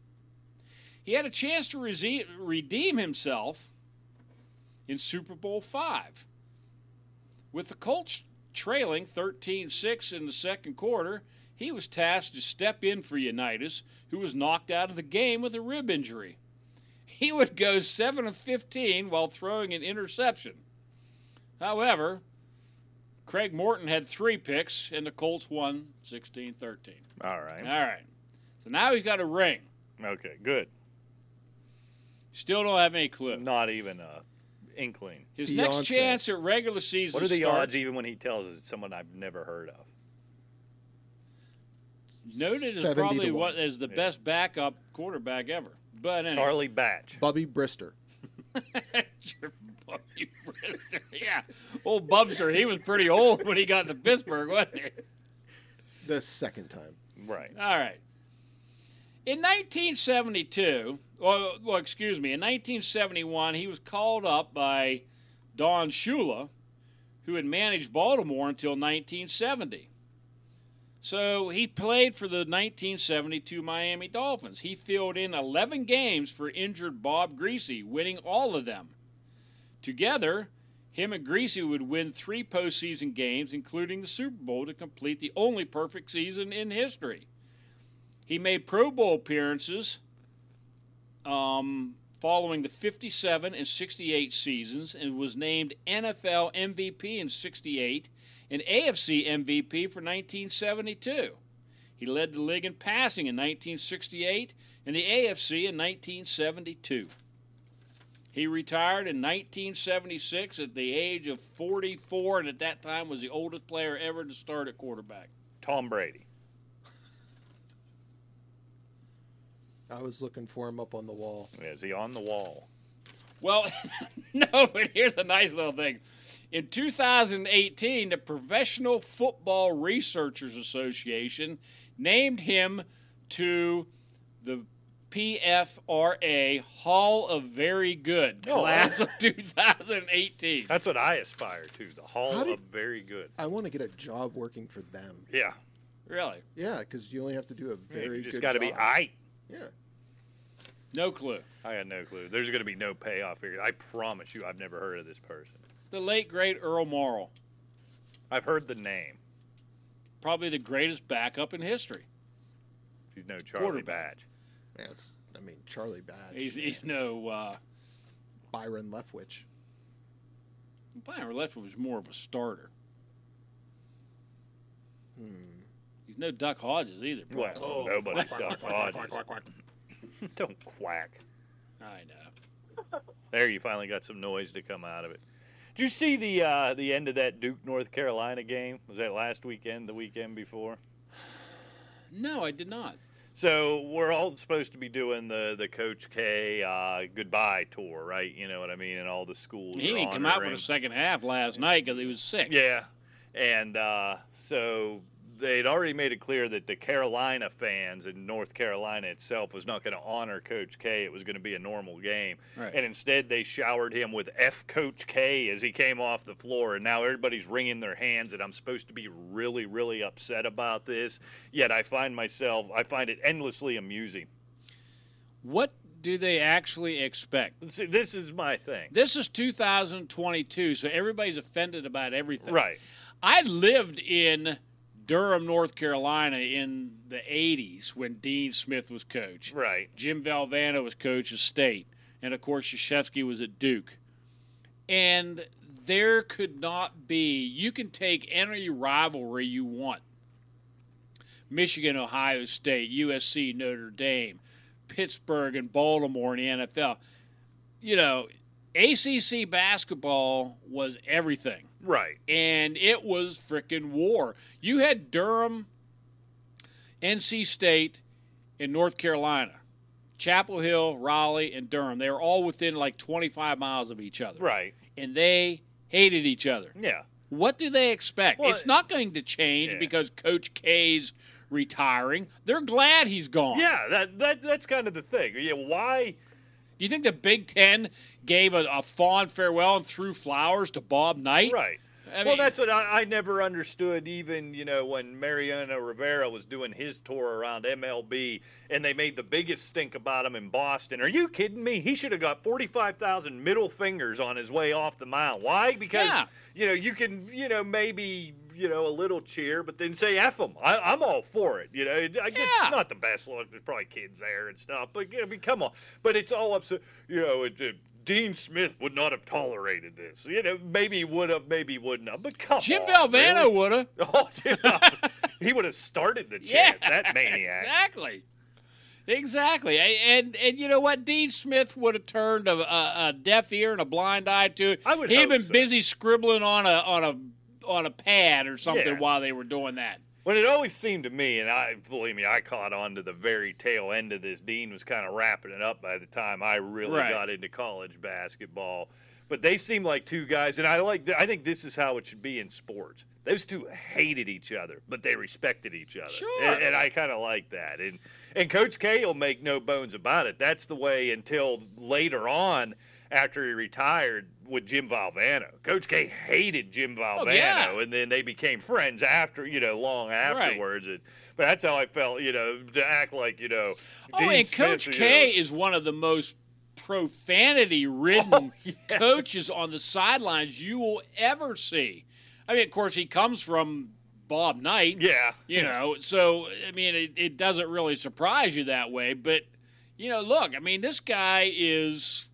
C: He had a chance to rese- redeem himself in Super Bowl five. With the Colts trailing 13 6 in the second quarter, he was tasked to step in for Unitas, who was knocked out of the game with a rib injury. He would go 7 of 15 while throwing an interception. However, Craig Morton had three picks, and the Colts won 16 13.
B: All
C: All
B: right.
C: right. So now he's got a ring.
B: Okay, good.
C: Still don't have any clue.
B: Not even a inkling.
C: His
E: Beyonce.
C: next chance at regular season
B: What are the
C: starts
B: odds even when he tells us it's someone I've never heard of?
C: noted as
E: 70 to
C: probably
E: one.
C: what as the
B: Yeah.
C: best backup quarterback ever. But anyway, (laughs)
B: Charlie Batch.
E: Bubby Brister.
C: Bobby Brister. yeah, old Bubster. He was pretty old when he got to Pittsburgh, wasn't he?
E: The second time.
B: Right.
C: All right. In 1972, well, well, excuse me, in 1971, he was called up by Don Shula, who had managed Baltimore until 1970. So he played for the 1972 Miami Dolphins. He filled in 11 games for injured Bob Greasy, winning all of them. Together, him and Greasy would win three postseason games, including the Super Bowl, to complete the only perfect season in history. He made Pro Bowl appearances um, following the 57 and 68 seasons and was named NFL MVP in 68 and AFC MVP for 1972. He led the league in passing in 1968 and the AFC in 1972. He retired in 1976 at the age of 44, and at that time was the oldest player ever to start at quarterback.
B: Tom Brady.
E: I was looking for him up on the wall.
B: Is he on the wall?
C: Well, (laughs) no, but here's a nice little thing. In 2018, the Professional Football Researchers Association named him to the PFRA Hall of Very Good
B: Oh,
C: class of 2018.
B: That's what I aspire to. The Hall
E: How did-
B: of Very Good.
E: I want to get a job working for them.
B: Yeah.
C: Really?
E: Yeah, because you only have to do a very
B: you just
E: got
B: got to be I.
E: Yeah.
C: No clue.
B: I got no clue. There's going to be no payoff here. I promise you, I've never heard of this person.
C: The late, great Earl Morrill.
B: I've heard the name.
C: probably the greatest backup in history.
B: He's no Charlie
C: Quarterback.
B: Badge.
E: Yeah, it's, I mean, Charlie Batch,
C: He's, he's no uh,
E: Byron Leftwich.
C: Byron Leftwich was more of a starter.
E: Hmm.
C: He's no Duck Hodges either. bro.
B: Well,
E: Oh.
B: nobody's
E: Quack,
B: got
E: quack, quack,
B: Hodges.
E: quack, quack, quack.
B: (laughs) Don't quack.
C: I know.
B: There, you finally got some noise to come out of it. Did you see the uh, the end of that Duke North Carolina game? Was that last weekend? The weekend before?
C: No, I did not.
B: So we're all supposed to be doing the the Coach K uh, goodbye tour, right? You know what I mean? And all the schools.
C: He
B: are
C: didn't come out with
B: honoring-
C: a second half last night because he was sick.
B: Yeah, and uh, so they'd already made it clear that the Carolina fans in North Carolina itself was not going to honor Coach K. It was going to be a normal game,
C: Right.
B: and instead they showered him with "F Coach K" as he came off the floor. And now everybody's wringing their hands, and I'm supposed to be really, really upset about this. Yet I find myself, I find it endlessly amusing.
C: What do they actually expect?
B: See, this is my thing.
C: This is 2022, so everybody's offended about everything.
B: Right.
C: I lived in Durham, North Carolina in the 80s when Dean Smith was coach.
B: Right.
C: Jim Valvano was coach of state. And of course, Shashevsky was at Duke. And there could not be, you can take any rivalry you want Michigan, Ohio State, USC, Notre Dame, Pittsburgh, and Baltimore in the NFL. You know, ACC basketball was everything
B: Right.
C: and it was freaking war. You had Durham, NC State, and North Carolina, Chapel Hill, Raleigh, and Durham. They were all within like 25 miles of each other,
B: Right.
C: and they hated each other.
B: Yeah.
C: What do they expect?
B: Well,
C: it's not going to change
B: yeah.
C: because Coach K's retiring. They're glad he's gone.
B: Yeah. That that that's kind of the thing. Yeah. Why?
C: Do you think the Big Ten gave a, a fond farewell and threw flowers to Bob Knight?
B: Right.
C: I
B: well,
C: mean-
B: that's what I, I never understood. Even you know when Mariano Rivera was doing his tour around MLB, and they made the biggest stink about him in Boston. Are you kidding me? He should have got forty-five thousand middle fingers on his way off the mound. Why? Because
C: Yeah.
B: you know you can you know maybe you know a little cheer, but then say f him. I, I'm all for it. You know, it, I,
C: Yeah.
B: it's not the best look. There's probably kids there and stuff, but I mean, come on. But it's all upset. You know, it, it, Dean Smith would not have tolerated this. You know, maybe he would have, maybe he wouldn't have. But come
C: Jim
B: on,
C: Valvano
B: really?
C: would have.
B: (laughs) Oh, dude, (laughs) he would have started the
C: (laughs) Yeah.
B: chant. That maniac.
C: Exactly. Exactly. A- And and you know what? Dean Smith would have turned a, a, a deaf ear and a blind eye to it.
B: I would
C: He'd
B: hope
C: been
B: so.
C: busy scribbling on a on a on a pad or something
B: Yeah.
C: while they were doing that.
B: What it always seemed to me, and I believe me, I caught on to the very tail end of this. Dean was kind of wrapping it up by the time I really
C: Right.
B: got into college basketball. But they seemed like two guys, and I like. I think this is how it should be in sports. Those two hated each other, but they respected each other,
C: Sure.
B: and, and I kind of like that. And and Coach K will make no bones about it. That's the way until later on, after he retired with Jim Valvano. Coach K hated Jim Valvano,
C: Oh, yeah.
B: and then they became friends after you know long afterwards. And, but that's how I felt, you know, to act like you know.
C: oh,
B: Dean
C: and
B: Smith,
C: Coach
B: you
C: K
B: know-
C: is one of the most
B: (laughs)
C: profanity ridden
B: Oh,
C: coaches on the sidelines you will ever see. I mean, of course, he comes from Bob Knight.
B: yeah,
C: you know so i mean it, it doesn't really surprise you that way but you know look i mean this guy is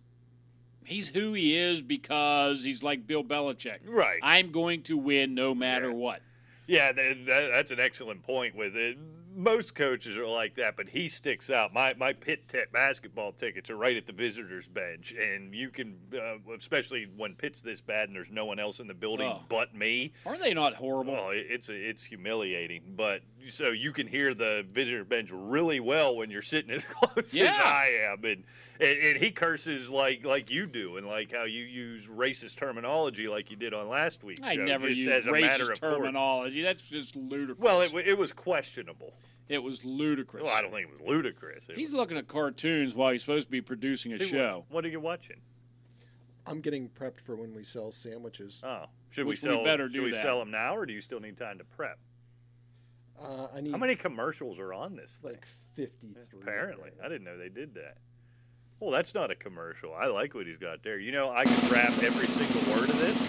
C: he's who he is because he's like bill belichick
B: right.
C: i'm going to win no matter
B: Yeah.
C: what
B: Yeah, that, that, that's an excellent point. With it, most coaches are like that, but he sticks out. My my pit tet basketball tickets are right at the visitors bench, and you can, uh, especially when pit's this bad and there's no one else in the building
C: Oh.
B: but me.
C: are they not horrible
B: Well, it- it's it's humiliating, but so you can hear the visitor bench really well when you're sitting as (laughs) close
C: Yeah.
B: as I am, and, and and he curses like like you do, and like how you use racist terminology like you did on last week's
C: i
B: show,
C: never
B: just
C: use
B: as a matter
C: racist
B: of course.
C: terminology that's just ludicrous
B: Well, it, wa- it was questionable.
C: It was ludicrous
B: Well, I don't think it was ludicrous. It
C: he's looking at cartoons while he's supposed to be producing a
B: was, See,
C: show
B: What, what are you watching?
E: I'm getting prepped for when we sell sandwiches.
B: Oh, should
C: Which
B: we
C: we
B: sell?
C: better
B: should
C: do
B: we
C: that.
B: sell them now, or do you still need time to prep?
E: Uh, I need
B: How many commercials are on this?
E: it's
B: Thing?
E: like 53.
B: Apparently, I didn't know they did that. Well, that's not a commercial. I like what he's got there. You know, I could rap every single word of this.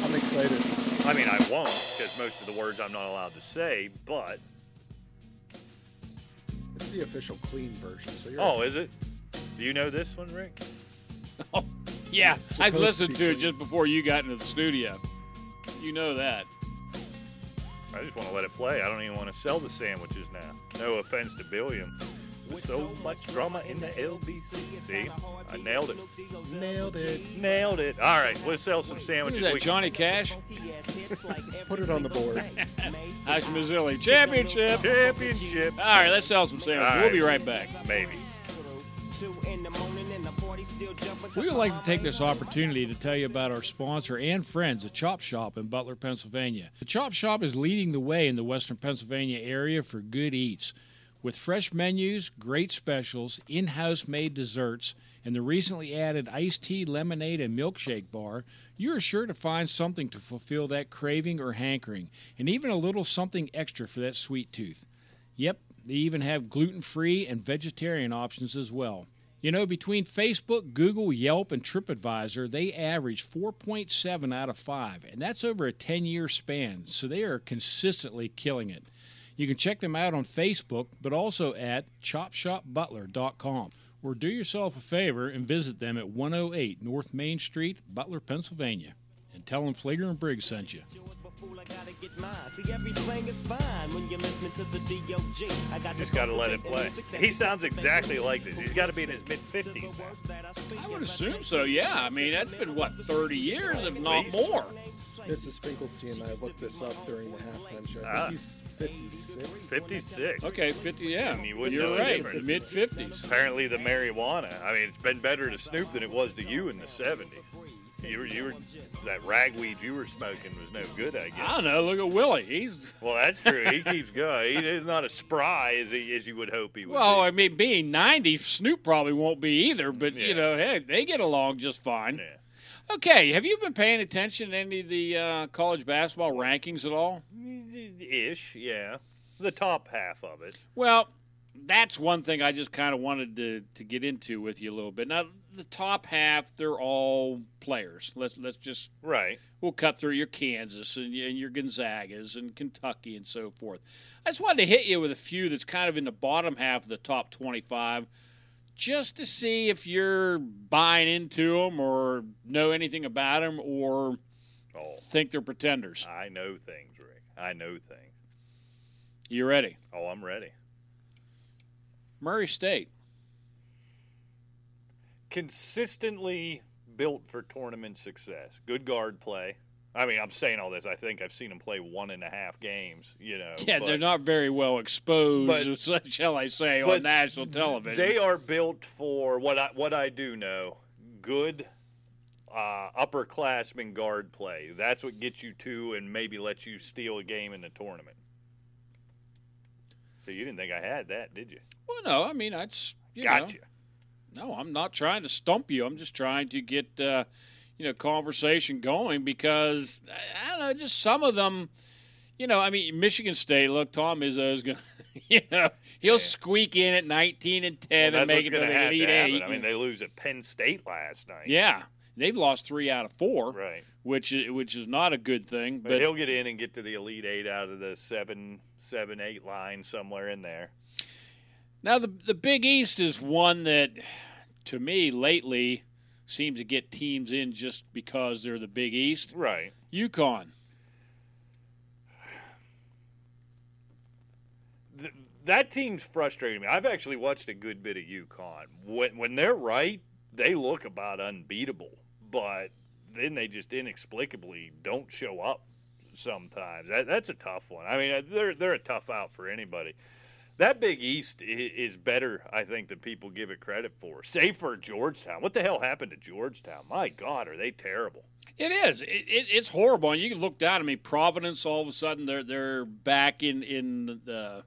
E: I I'm excited.
B: I mean, I won't because most of the words I'm not allowed to say, but.
E: It's the official clean version. So you're
B: Oh, is it? Do you know this one, Rick?
F: Yeah,
E: It's
F: I
E: supposed
F: listened
E: to be
F: to it
E: clean.
F: just before you got into the studio. You know that.
B: I just want to let it play. I don't even want to sell the sandwiches now. No offense to Billiam. With so much drama in the LBC. See? I nailed it.
E: nailed it.
B: Nailed it. All right, we'll sell some
F: Who's
B: sandwiches.
F: that,
B: We-
F: Johnny Cash?
E: Put it on the board.
F: Ash Mazzilli. Championship. All
B: Championship.
F: right, let's sell some sandwiches.
B: All right.
F: We'll be right back.
B: Maybe.
C: We would like to take this opportunity to tell you about our sponsor and friends, the Chop Shop in Butler, Pennsylvania. The Chop Shop is leading the way in the Western Pennsylvania area for good eats. With fresh menus, great specials, in house made desserts, and the recently added iced tea, lemonade, and milkshake bar, you are sure to find something to fulfill that craving or hankering, and even a little something extra for that sweet tooth. Yep, they even have gluten free and vegetarian options as well. You know, between Facebook, Google, Yelp, and TripAdvisor, they average 4.7 out of 5, and that's over a 10 year span, so they are consistently killing it. You can check them out on Facebook, but also at chopshopbutler.com, or do yourself a favor and visit them at 108 North Main Street, Butler, Pennsylvania, and tell them Flager and Briggs sent you.
B: Just gotta let it play. He sounds exactly like this. He's gotta be in his mid 50s now.
F: I would assume so, yeah. I mean, that's been, what, 30 years, if not more?
E: Mrs. Finkelstein and I looked this up during the halftime show. I think
B: Ah.
E: He's 56.
B: 56.
F: Okay, 50, yeah.
B: And you wouldn't
F: You're
B: know the
F: right,
B: difference.
F: mid 50s.
B: Apparently, the marijuana. I mean, it's been better to Snoop than it was to you in the 70s. You were, you were, that ragweed you were smoking was no good, I guess.
F: I don't know. Look at Willie. He's
B: Well, that's true. He keeps going. He's not as spry as, he, as you would hope he would
F: well. I
B: be.
F: mean, being ninety, Snoop probably won't be either. But
B: Yeah.
F: you know, hey, they get along just fine.
B: Yeah.
F: Okay, have you been paying attention to any of the uh, college basketball rankings at all?
B: Ish, yeah. The top half of it.
F: Well, that's one thing I just kind of wanted to, to get into with you a little bit. Now, the top half, they're all players. Let's let's just
B: Right.
F: we'll cut through your Kansas and, your- and your Gonzagas and Kentucky and so forth. I just wanted to hit you with a few that's kind of in the bottom half of the top 25 just to see if you're buying into them or know anything about them or
B: Oh,
F: think they're pretenders.
B: I know things, Rick. I know things.
F: You ready?
B: Oh, I'm ready.
F: Murray State.
B: consistently built for tournament success. Good guard play. I mean, I'm saying all this. I think I've seen him play one and a half games. You know,
F: (laughs) Yeah,
B: but
F: they're not very well exposed, (laughs) shall I say,
B: but
F: on national television.
B: They are built for what I what I do know. Good uh, upperclassman guard play. That's what gets you two and maybe lets you steal a game in the tournament. So you didn't think I had that, did you?
F: well, no, I mean, that's. You know.
B: Gotcha.
F: No, I'm not trying to stump you. I'm just trying to get uh, you know conversation going because I, I don't know, just some of them. You know, I mean, Michigan State. Look, Tom Izzo is going. to (laughs) You know, he'll squeak in at 19 and 10
B: Well,
F: and
B: that's
F: make
B: what's
F: it to
B: going to
F: the
B: have to
F: Elite Eight.
B: happen. I mean, they lose at Penn State last night.
F: yeah, they've lost three out of four,
B: Right.
F: which is, which is not a good thing.
B: But,
F: But
B: he'll get in and get to the elite eight out of the seven, seven, eight line somewhere in there.
F: Now the the Big East is one that, to me, lately seems to get teams in just because they're the Big East.
B: Right.
F: UConn.
B: Th- that team's frustrating me. I've actually watched a good bit of UConn. When when they're right, they look about unbeatable. But then they just inexplicably don't show up sometimes. That, that's a tough one. I mean, they're they're a tough out for anybody. That Big East i- is better, I think, than people give it credit for. Save for Georgetown. What the hell happened to Georgetown? My God, are they terrible?
F: It is. It, it, it's horrible. And you can look down. I mean, Providence. All of a sudden, they're they're back in in the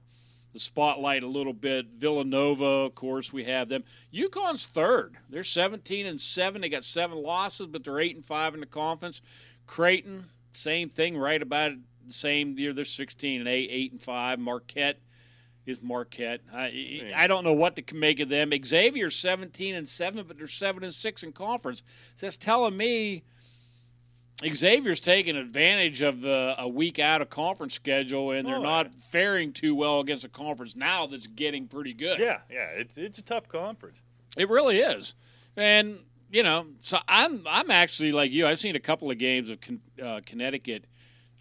F: the spotlight a little bit. Villanova, of course, we have them. UConn's third. They're seventeen and seven. They got seven losses, but they're eight and five in the conference. Creighton, same thing. Right about the same year. They're sixteen and eight, eight and five. Marquette is Marquette. I I don't know what to make of them. Xavier's seventeen and seven, but they're seven and six in conference. So that's telling me Xavier's taking advantage of the a week out of conference schedule, and they're
B: Oh,
F: not faring too well against a conference now that's getting pretty good.
B: Yeah, yeah, it's it's a tough conference.
F: It really is, and you know, so I'm I'm actually like you. I've seen a couple of games of Con- uh, Connecticut.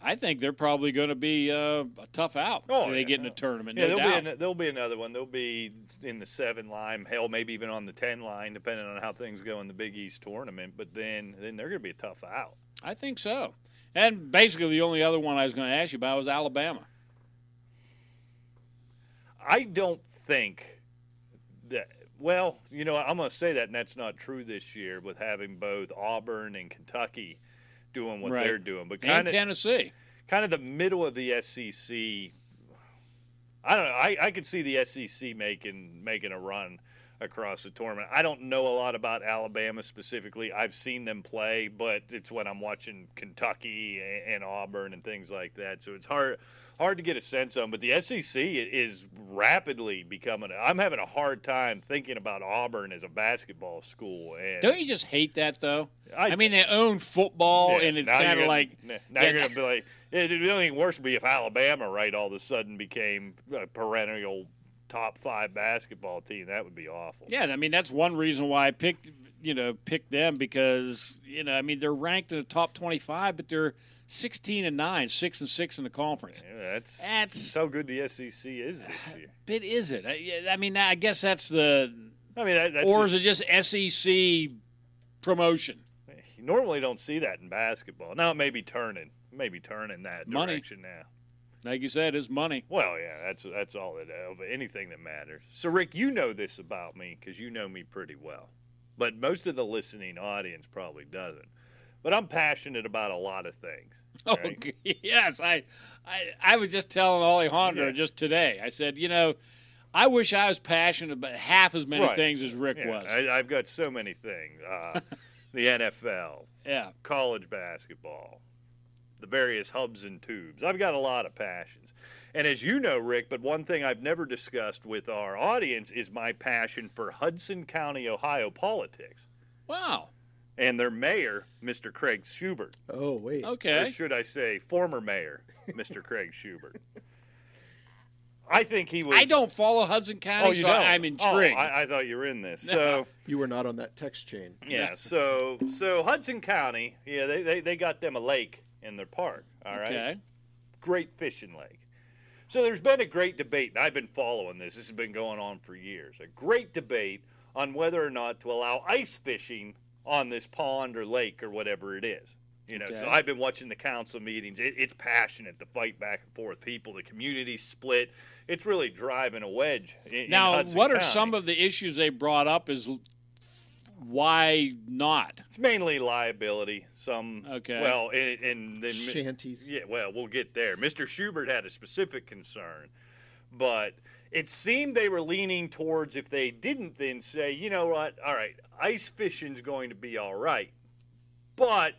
F: I think they're probably going to be uh, a tough out.
B: Oh,
F: if they
B: yeah,
F: get in
B: no.
F: a tournament,
B: Yeah,
F: no
B: there'll
F: doubt.
B: be an, there'll be another one. They'll be in the seven line, hell, maybe even on the ten line, depending on how things go in the Big East tournament. But then then they're going to be a tough out.
F: I think so. And basically, the only other one I was going to ask you about was Alabama.
B: I don't think that. Well, you know, I'm going to say that, and that's not true this year with having both Auburn and Kentucky doing what
F: Right.
B: they're doing. But
F: and
B: kind of
F: Tennessee.
B: kind of the middle of the SEC. I don't know. I, I could see the SEC making making a run across the tournament. I don't know a lot about Alabama specifically. I've seen them play, but it's when I'm watching Kentucky and, and Auburn and things like that. So it's hard hard to get a sense on. But the SEC i- is rapidly becoming. I'm having a hard time thinking about Auburn as a basketball school. And
F: Don't you just hate that though?
B: I-
F: I, mean, they own football,
B: yeah,
F: Oh, and it's
B: now you're
F: kind of
B: gonna-
F: like
B: n- now
F: that-
B: you're gonna be like it, it'd be only worse would be if Alabama right all of a sudden became a perennial top five basketball team. That would be awful.
F: Yeah, I mean that's one reason why I picked you know picked them because you know I mean they're ranked in the top twenty five, but they're sixteen and nine, six and six in the conference.
B: Yeah, that's
F: That's-
B: how good the SEC is
F: (sighs)
B: this year.
F: But is it? I, yeah, I mean, I guess that's the
B: I mean, that, that's
F: or
B: just-
F: is it just SEC promotion?
B: you normally don't see that in basketball. Now it may be turning, maybe turning that
F: Money.
B: direction now.
F: Like you said, it's money.
B: Well, yeah, that's that's all that of anything that matters. So, Rick, you know this about me because you know me pretty well, but most of the listening audience probably doesn't. But I'm passionate about a lot of things.
F: (laughs) Oh
B: Right.
F: g- yes, I, I I was just telling Ollie Honda
B: Yeah.
F: just today. I said, you know, I wish I was passionate about half as many
B: Right.
F: things as Rick
B: Yeah,
F: was.
B: I, I've got so many things:
F: (laughs)
B: uh, the NFL,
F: yeah.
B: college basketball, the various hubs and tubes. I've got a lot of passions. And as you know, Rick, but one thing I've never discussed with our audience is my passion for Hudson County, Ohio politics.
F: Wow.
B: and their mayor, Mr. Craig Schubert.
E: Oh wait.
B: Or
F: Okay.
B: should I say, former mayor,
F: (laughs)
B: Mr. Craig Schubert. I think he was.
F: I don't follow Hudson County,
B: Oh, you
F: so
B: don't.
F: I'm
B: Oh,
F: intrigued.
B: I, I thought you were in
F: (laughs)
B: this. So
E: You were not on that text chain.
B: yeah. So so Hudson County. Yeah, they, they they got them a lake in their park. All right.
F: Okay.
B: Great fishing lake. So there's been a great debate, and I've been following this. This has been going on for years. A great debate on whether or not to allow ice fishing on this pond or lake or whatever it is. You know, so
F: Okay.
B: I've been watching the council meetings. It, it's passionate, the fight back and forth. People, the community split. It's really driving a wedge. In, in
F: Now,
B: Hudson
F: what are
B: County.
F: some of the issues they brought up? Is l- why not?
B: It's mainly liability. Some
F: Okay.
B: Well, and, and then
E: Shanties.
B: Yeah, well, we'll get there. Mr. Schubert had a specific concern, but it seemed they were leaning towards if they didn't then say, you know what, all right, ice fishing's going to be all right, but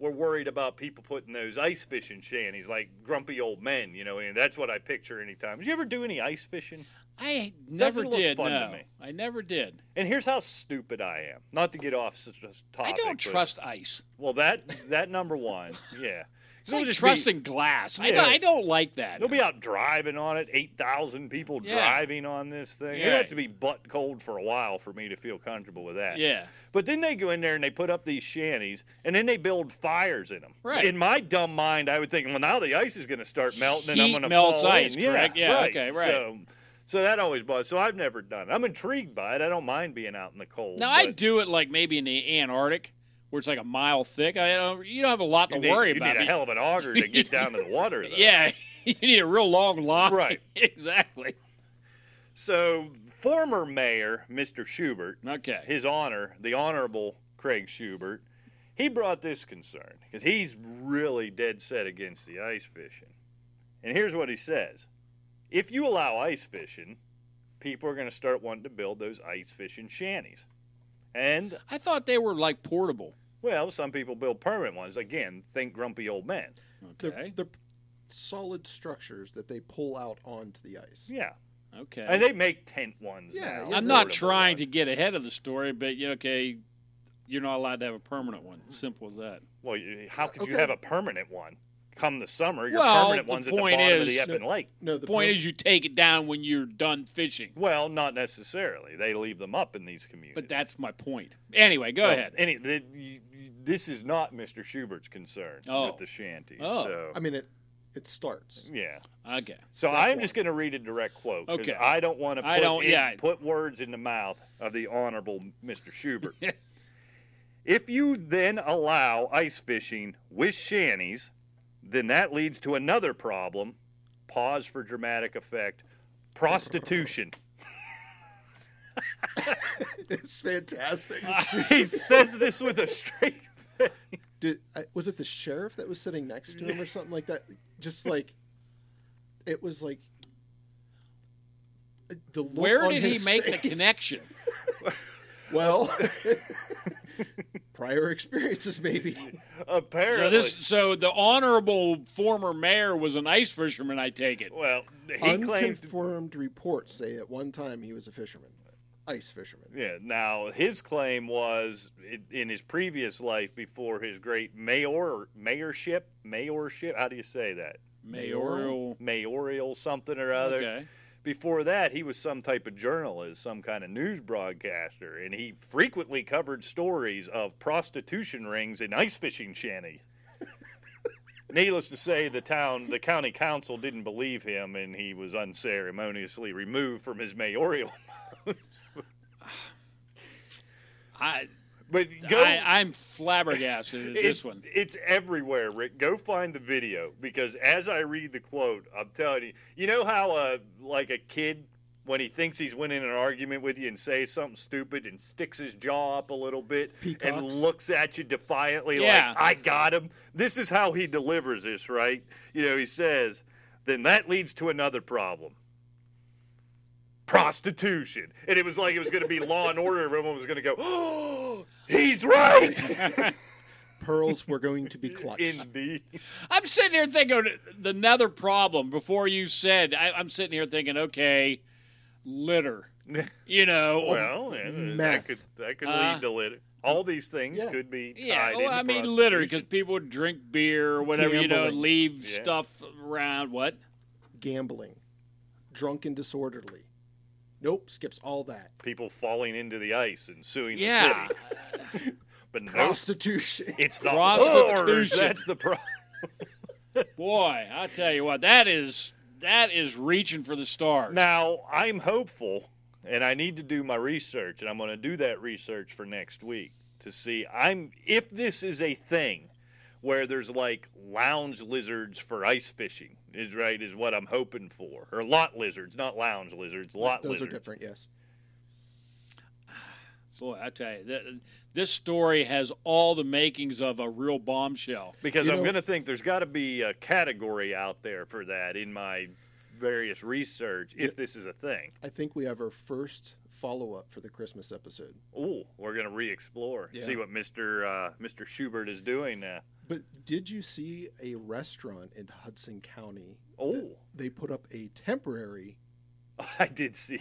B: we're worried about people putting those ice fishing shanties like grumpy old men, you know, and that's what I picture anytime. Did you ever do any ice fishing?
F: I never
B: look
F: did.
B: fun to
F: no,
B: me.
F: I never did.
B: And here's how stupid I am. Not to get off such a topic.
F: I don't
B: but-
F: trust ice.
B: Well, that that number one,
F: (laughs)
B: yeah.
F: It's
B: They'll
F: like
B: just be-
F: trusting glass. I,
B: Yeah.
F: don't, I don't like that.
B: They'll be out driving on it. Eight thousand people
F: Yeah.
B: driving on this thing. It'd
F: Yeah.
B: have to be butt cold for a while for me to feel comfortable with that.
F: yeah.
B: But then they go in there and they put up these shanties, and then they build fires in them.
F: Right.
B: In my dumb mind, I would think, well, now the ice is going to start melting, and I'm
F: Heat
B: going to
F: melts
B: fall
F: ice,
B: in.
F: correct?
B: Yeah.
F: Yeah,
B: Right.
F: okay, right.
B: So, so that always bothers. So I've never done. it. I'm intrigued by it. I don't mind being out in the cold.
F: Now I
B: but
F: do it like maybe in the Antarctic, where it's like a mile thick. I don't, you don't have a lot
B: You
F: to
B: need,
F: worry
B: you
F: about.
B: need a
F: be-
B: hell of an auger to
F: (laughs)
B: get down to the water. Though.
F: yeah, (laughs) you need a real long line.
B: Right.
F: (laughs) exactly.
B: So former mayor Mr. Schubert.
F: Okay.
B: his honor, the honorable Craig Schubert, he brought this concern because he's really dead set against the ice fishing. And here's what he says If you allow ice fishing, people are going to start wanting to build those ice fishing shanties. And,
F: I thought they were like portable.
B: well, some people build permanent ones. Again, think grumpy old men.
E: They're,
F: Okay.
E: they're solid structures that they pull out onto the ice.
B: Yeah.
F: Okay.
B: And they make tent ones
E: Yeah,
B: now.
E: yeah,
F: I'm not
B: portable
F: trying to
B: ones.
F: get ahead of the story, but you know, okay, you're not allowed to have a permanent one. Simple as that.
B: Well, you, how could you
E: Okay.
B: have a permanent one? Come the summer, your
F: Well,
B: permanent
F: the
B: one's at the
F: point
B: bottom of the
F: is-
B: effing lake.
E: No,
F: The
E: the
F: point
E: per-
F: is you take it down when you're done fishing.
B: Well, not necessarily. They leave them up in these communities.
F: But that's my point. Anyway, go
B: Well,
F: ahead.
B: Any, the, you, you- this is not Mr. Schubert's concern
F: Oh.
B: with the shanties.
F: Oh.
B: So,
E: I mean, it it starts. (laughs)
B: yeah.
F: Okay.
B: So
E: Step
B: I'm
E: one.
B: just going to read a direct quote because
F: Okay.
B: I don't want to put,
F: I don't-
B: in-
F: yeah.
B: put words in the mouth of the Honorable Mr. Schubert.
F: (laughs)
B: if you then allow ice fishing with shanties, then that leads to another problem. Pause for dramatic effect.
F: (laughs)
B: Prostitution.
E: It's fantastic.
B: he says this with a straight.
E: Did, I, was it the sheriff that was sitting next to him or something like that? Just like it was like uh, the look
F: Where
E: on
F: did he
E: his
F: make the
E: face. (laughs)
F: connection?
E: Well, prior experiences, maybe.
F: So
B: Apparently.
F: this, so the honorable former mayor was an ice fisherman. I take it.
B: well, he claimed
E: Unconfirmed reports say at one time he was a fisherman, ice fisherman.
B: Yeah. Now his claim was i- in his previous life before his great mayor mayorship mayorship. How do you say that?
F: Mayoral.
B: Mayoral something or other.
F: Okay.
B: Before that, he was some type of journalist, some kind of news broadcaster, and he frequently covered stories of prostitution rings and ice fishing shanties. (laughs) Needless to say, the town, the county council didn't believe him, and he was unceremoniously removed from his mayoral. (laughs)
F: I,
B: But go,
F: I I'm flabbergasted at
B: it's,
F: this one.
B: It's everywhere, Rick. Go find the video because as I read the quote, I'm telling you, you know how uh, like a kid when he thinks he's winning an argument with you and says something stupid and sticks his jaw up a little bit
E: Peacocks.
B: and looks at you defiantly
F: Yeah.
B: like I got him. This is how he delivers this, right? You know, he says, "Then that leads to another problem." Prostitution, and it was like it was going to be Law and Order. Everyone was going to go, (gasps) "Oh, he's right."
F: (laughs)
B: (laughs)
E: Pearls were going to be clutched.
B: Indeed.
F: I'm sitting here thinking the another problem before you said. I, I'm sitting here thinking, okay,
B: (laughs)
F: litter. You know.
B: Well, yeah, that
E: Meth.
B: could that could
F: Uh,
B: lead to litter. All these things
E: Yeah.
B: could be tied
F: yeah, well,
B: into
F: I mean litter because
B: prostitution.
F: people would drink beer or whatever, you know,
E: Gambling.
F: leave
B: Yeah.
F: stuff around. What?
E: Gambling, drunk and disorderly. Nope, skips all that.
B: people falling into the ice and suing
F: Yeah.
B: the city. But no,
E: Prostitution.
B: it's the
F: Prostitution.
B: whores. That's the problem.
F: Boy, I tell you what, that is that is reaching for the stars.
B: Now I'm hopeful, and I need to do my research, and I'm going to do that research for next week to see I'm if this is a thing where there's like lounge lizards for ice fishing is right is what I'm hoping for, or lot lizards, not lounge lizards, lot
E: Those are
B: lizards.
E: different, yes.
F: Boy, I tell you, th- this story has all the makings of a real bombshell.
B: Because
E: You
B: I'm
E: know-
B: going to think there's got to be a category out there for that in my various research if this is a thing.
E: I think we have our first follow up for the Christmas episode.
B: Ooh, we're going to re-explore,
E: Yeah.
B: see what Mr. Uh, Mr. Schubert is doing now.
E: But did you see a restaurant in Hudson County?
B: Oh,
E: They put up a temporary
B: (laughs) I did see.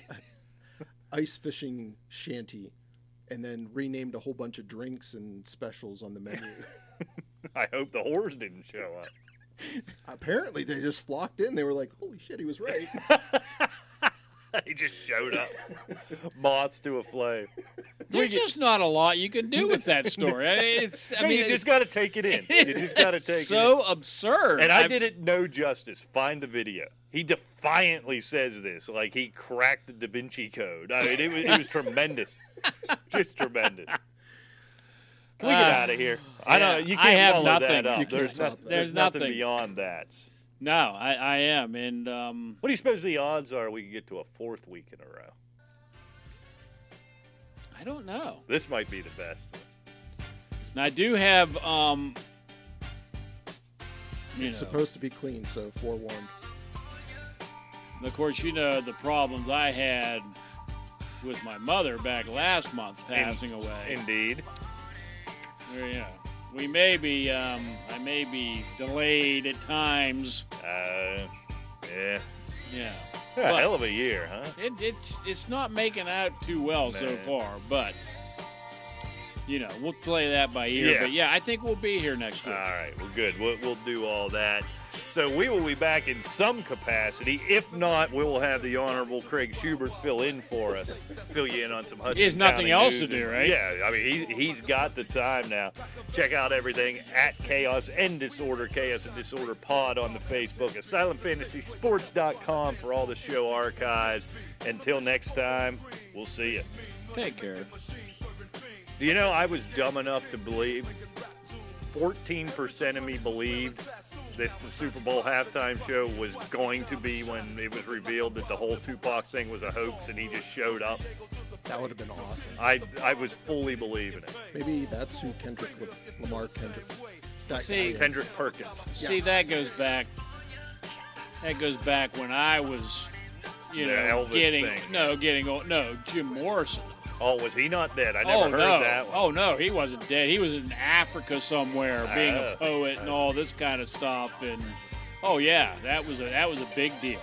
E: ice fishing shanty and then renamed a whole bunch of drinks and specials on the menu.
B: I hope the whores didn't show up.
E: (laughs)
B: (laughs)
E: Apparently, they just flocked in. They were like, holy shit, he was (laughs) right.
B: they just showed
E: (laughs)
B: up, moths to a flame.
F: There's just not a lot you can do with
B: (laughs)
F: that story. I mean, It's, I
B: No,
F: mean,
B: you just
F: it's-
B: got to take it in. You just
F: (laughs)
B: got to
F: it's
B: take it. in.
F: so absurd.
B: And I
F: I'm-
B: did it no justice. Find the video. He defiantly says this, like he cracked the Da Vinci Code. I mean, it was, it was tremendous, just tremendous. Can we get
F: Uh,
B: out of here? I know
F: yeah,
B: you
F: I
B: can't
F: have
B: follow that
F: nothing.
B: up.
E: You can't
B: There's,
E: top
B: noth-
E: that.
B: there's
F: There's
B: nothing
F: nothing.
B: beyond that.
F: No, I, I am, and um,
B: What do you suppose the odds are we can get to a fourth week in a row?
F: I don't know.
B: This might be the best.
F: And I do have, um, you
E: It's
F: know,
E: supposed to be clean, so forewarned.
F: of course, you know the problems I had with my mother back last month
B: In-
F: passing away.
B: Indeed.
F: There you go. We may be, um, I may be delayed at times.
B: Uh, yeah. (laughs)
F: Yeah.
B: Yeah,
F: But-
B: hell of a year, huh?
F: It, it's, it's not making out too well so
B: Man.
F: far, but you know, we'll play that by ear.
B: Yeah.
F: But yeah, I think we'll be here next
B: All
F: week.
B: right, well, good. We'll, we'll do all that. So we will be back in some capacity. If not, we will have the Honorable Craig Schubert fill in for us, fill you in on some Hudson.
F: He has nothing
B: County
F: else
B: news.
F: to do, right?
B: Yeah, I mean, he, he's got the time now. Check out everything at Chaos and Disorder, Chaos and Disorder Pod on the Facebook, AsylumFantasySports.com for all the show archives. Until next time, we'll see you.
F: Take care.
B: Do you know I was dumb enough to believe 14% of me believed that the Super Bowl halftime show was going to be when it was revealed that the whole Tupac thing was a hoax and he just showed up.
E: That would have been awesome.
B: I I was fully believing it.
E: Maybe that's who Kendrick would, Lamar Kendrick. That
F: See,
E: guy is.
B: Kendrick Perkins.
F: See, that goes back. That goes back when I was, you
B: The
F: know,
B: Elvis
F: getting
B: thing.
F: no, getting old. No, Jim Morrison.
B: Oh, was he not dead? I never
F: oh
B: heard
F: no!
B: that one.
F: Oh no! He wasn't dead. He was in Africa somewhere, being
B: Oh.
F: a poet and all this kind of stuff. And oh yeah, that was a that was a big deal.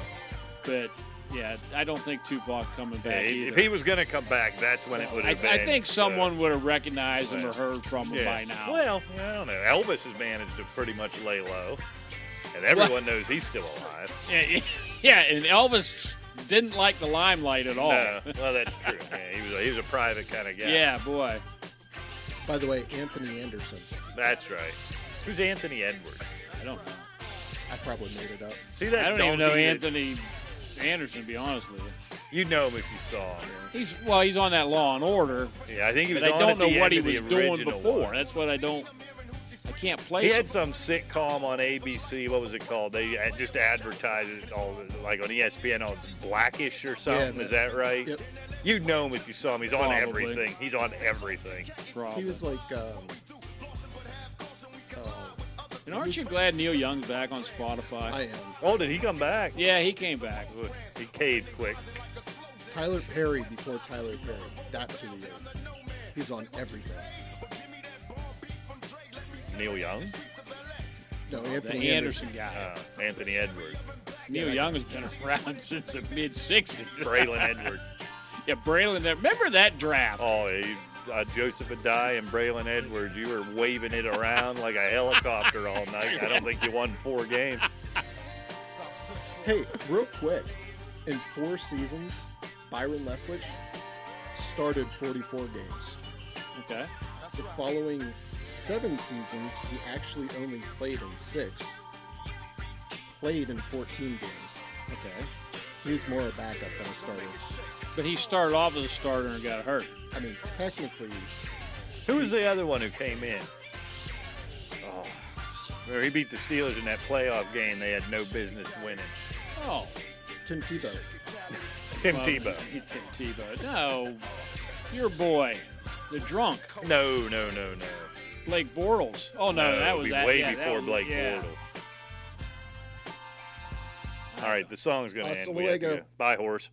F: But yeah, I don't think Tupac coming
B: Yeah,
F: back
B: he-
F: either.
B: if he was going to come back, that's when it would
F: I,
B: have been.
F: I think
B: So,
F: someone would have recognized him
B: Yeah.
F: or heard from him
B: yeah.
F: by now.
B: Well, I don't know. Elvis has managed to pretty much lay low, and everyone knows he's still alive.
F: Yeah, (laughs) yeah, and Elvis didn't like the limelight at all.
B: No, well, that's true. Yeah, he was a, he was a private kind of guy.
F: Oh. yeah, boy.
E: By the way, Anthony Anderson.
B: that's right. Who's Anthony Edwards?
F: I don't know.
E: I probably made it up.
B: See that?
F: I don't even know
B: donkey that-
F: Anthony Anderson, to be honest with you.
B: You'd know him if you saw him.
F: He's well, he's on that Law and Order,
B: Yeah, I think he was.
F: but I
B: on
F: don't
B: at
F: know
B: the
F: what he
B: end
F: was
B: of the
F: doing
B: original
F: before.
B: one.
F: That's what I don't. I can't
B: He
F: place him.
B: had some sitcom on ABC. What was it called? They ad- just advertised it all like on E ESPN on Blackish or something.
E: Yeah,
B: Is that right?
E: Yep.
B: You'd know him if you saw him. He's on
F: Probably.
B: everything. He's on everything.
F: problem.
E: He was like, um, uh,
F: and aren't you glad Neil Young's back on Spotify?
E: I am.
B: Oh, did he come back?
F: yeah, he came back.
B: Ugh, He caved quick.
E: Tyler Perry before Tyler Perry. That's who he is. He's on everything.
B: Neil Young,
E: No,
F: The
E: Anthony
F: Anderson guy.
B: uh, Anthony Edwards,
F: Neil Young has been around (laughs) since the mid (laughs) '60s.
B: Braylon Edwards.
F: Yeah, Braylon. there- Remember that draft?
B: Oh, you- uh, Joseph Adai and Braylon Edwards, you were waving it around like a helicopter all night. I don't think you won four games.
E: Hey, real quick, in four seasons, Byron Leftwich started 44 games.
F: Okay.
E: The following seven seasons, he actually only played in six, played in 14 games.
F: Okay.
E: He was more a backup than a starter.
F: But he started off as a starter and got hurt.
E: I mean, technically,
B: Who was the other one who came in? Oh, remember he beat the Steelers in that playoff game. They had no business winning.
F: Oh.
E: Tim Tebow.
B: Tim
F: well,
B: Tebow.
F: (laughs) Tim Tebow. No. Your boy. The drunk.
B: No, no, no, no.
F: Blake Bortles. Oh, no.
B: No,
F: that
B: it'd
F: was
B: be
F: that,
B: way
F: yeah, that
B: before
F: was-
B: Blake
F: yeah.
B: Bortles. All right, the song's gonna end.
E: Hasta
B: We have to
E: luego.
B: go. Bye, horse.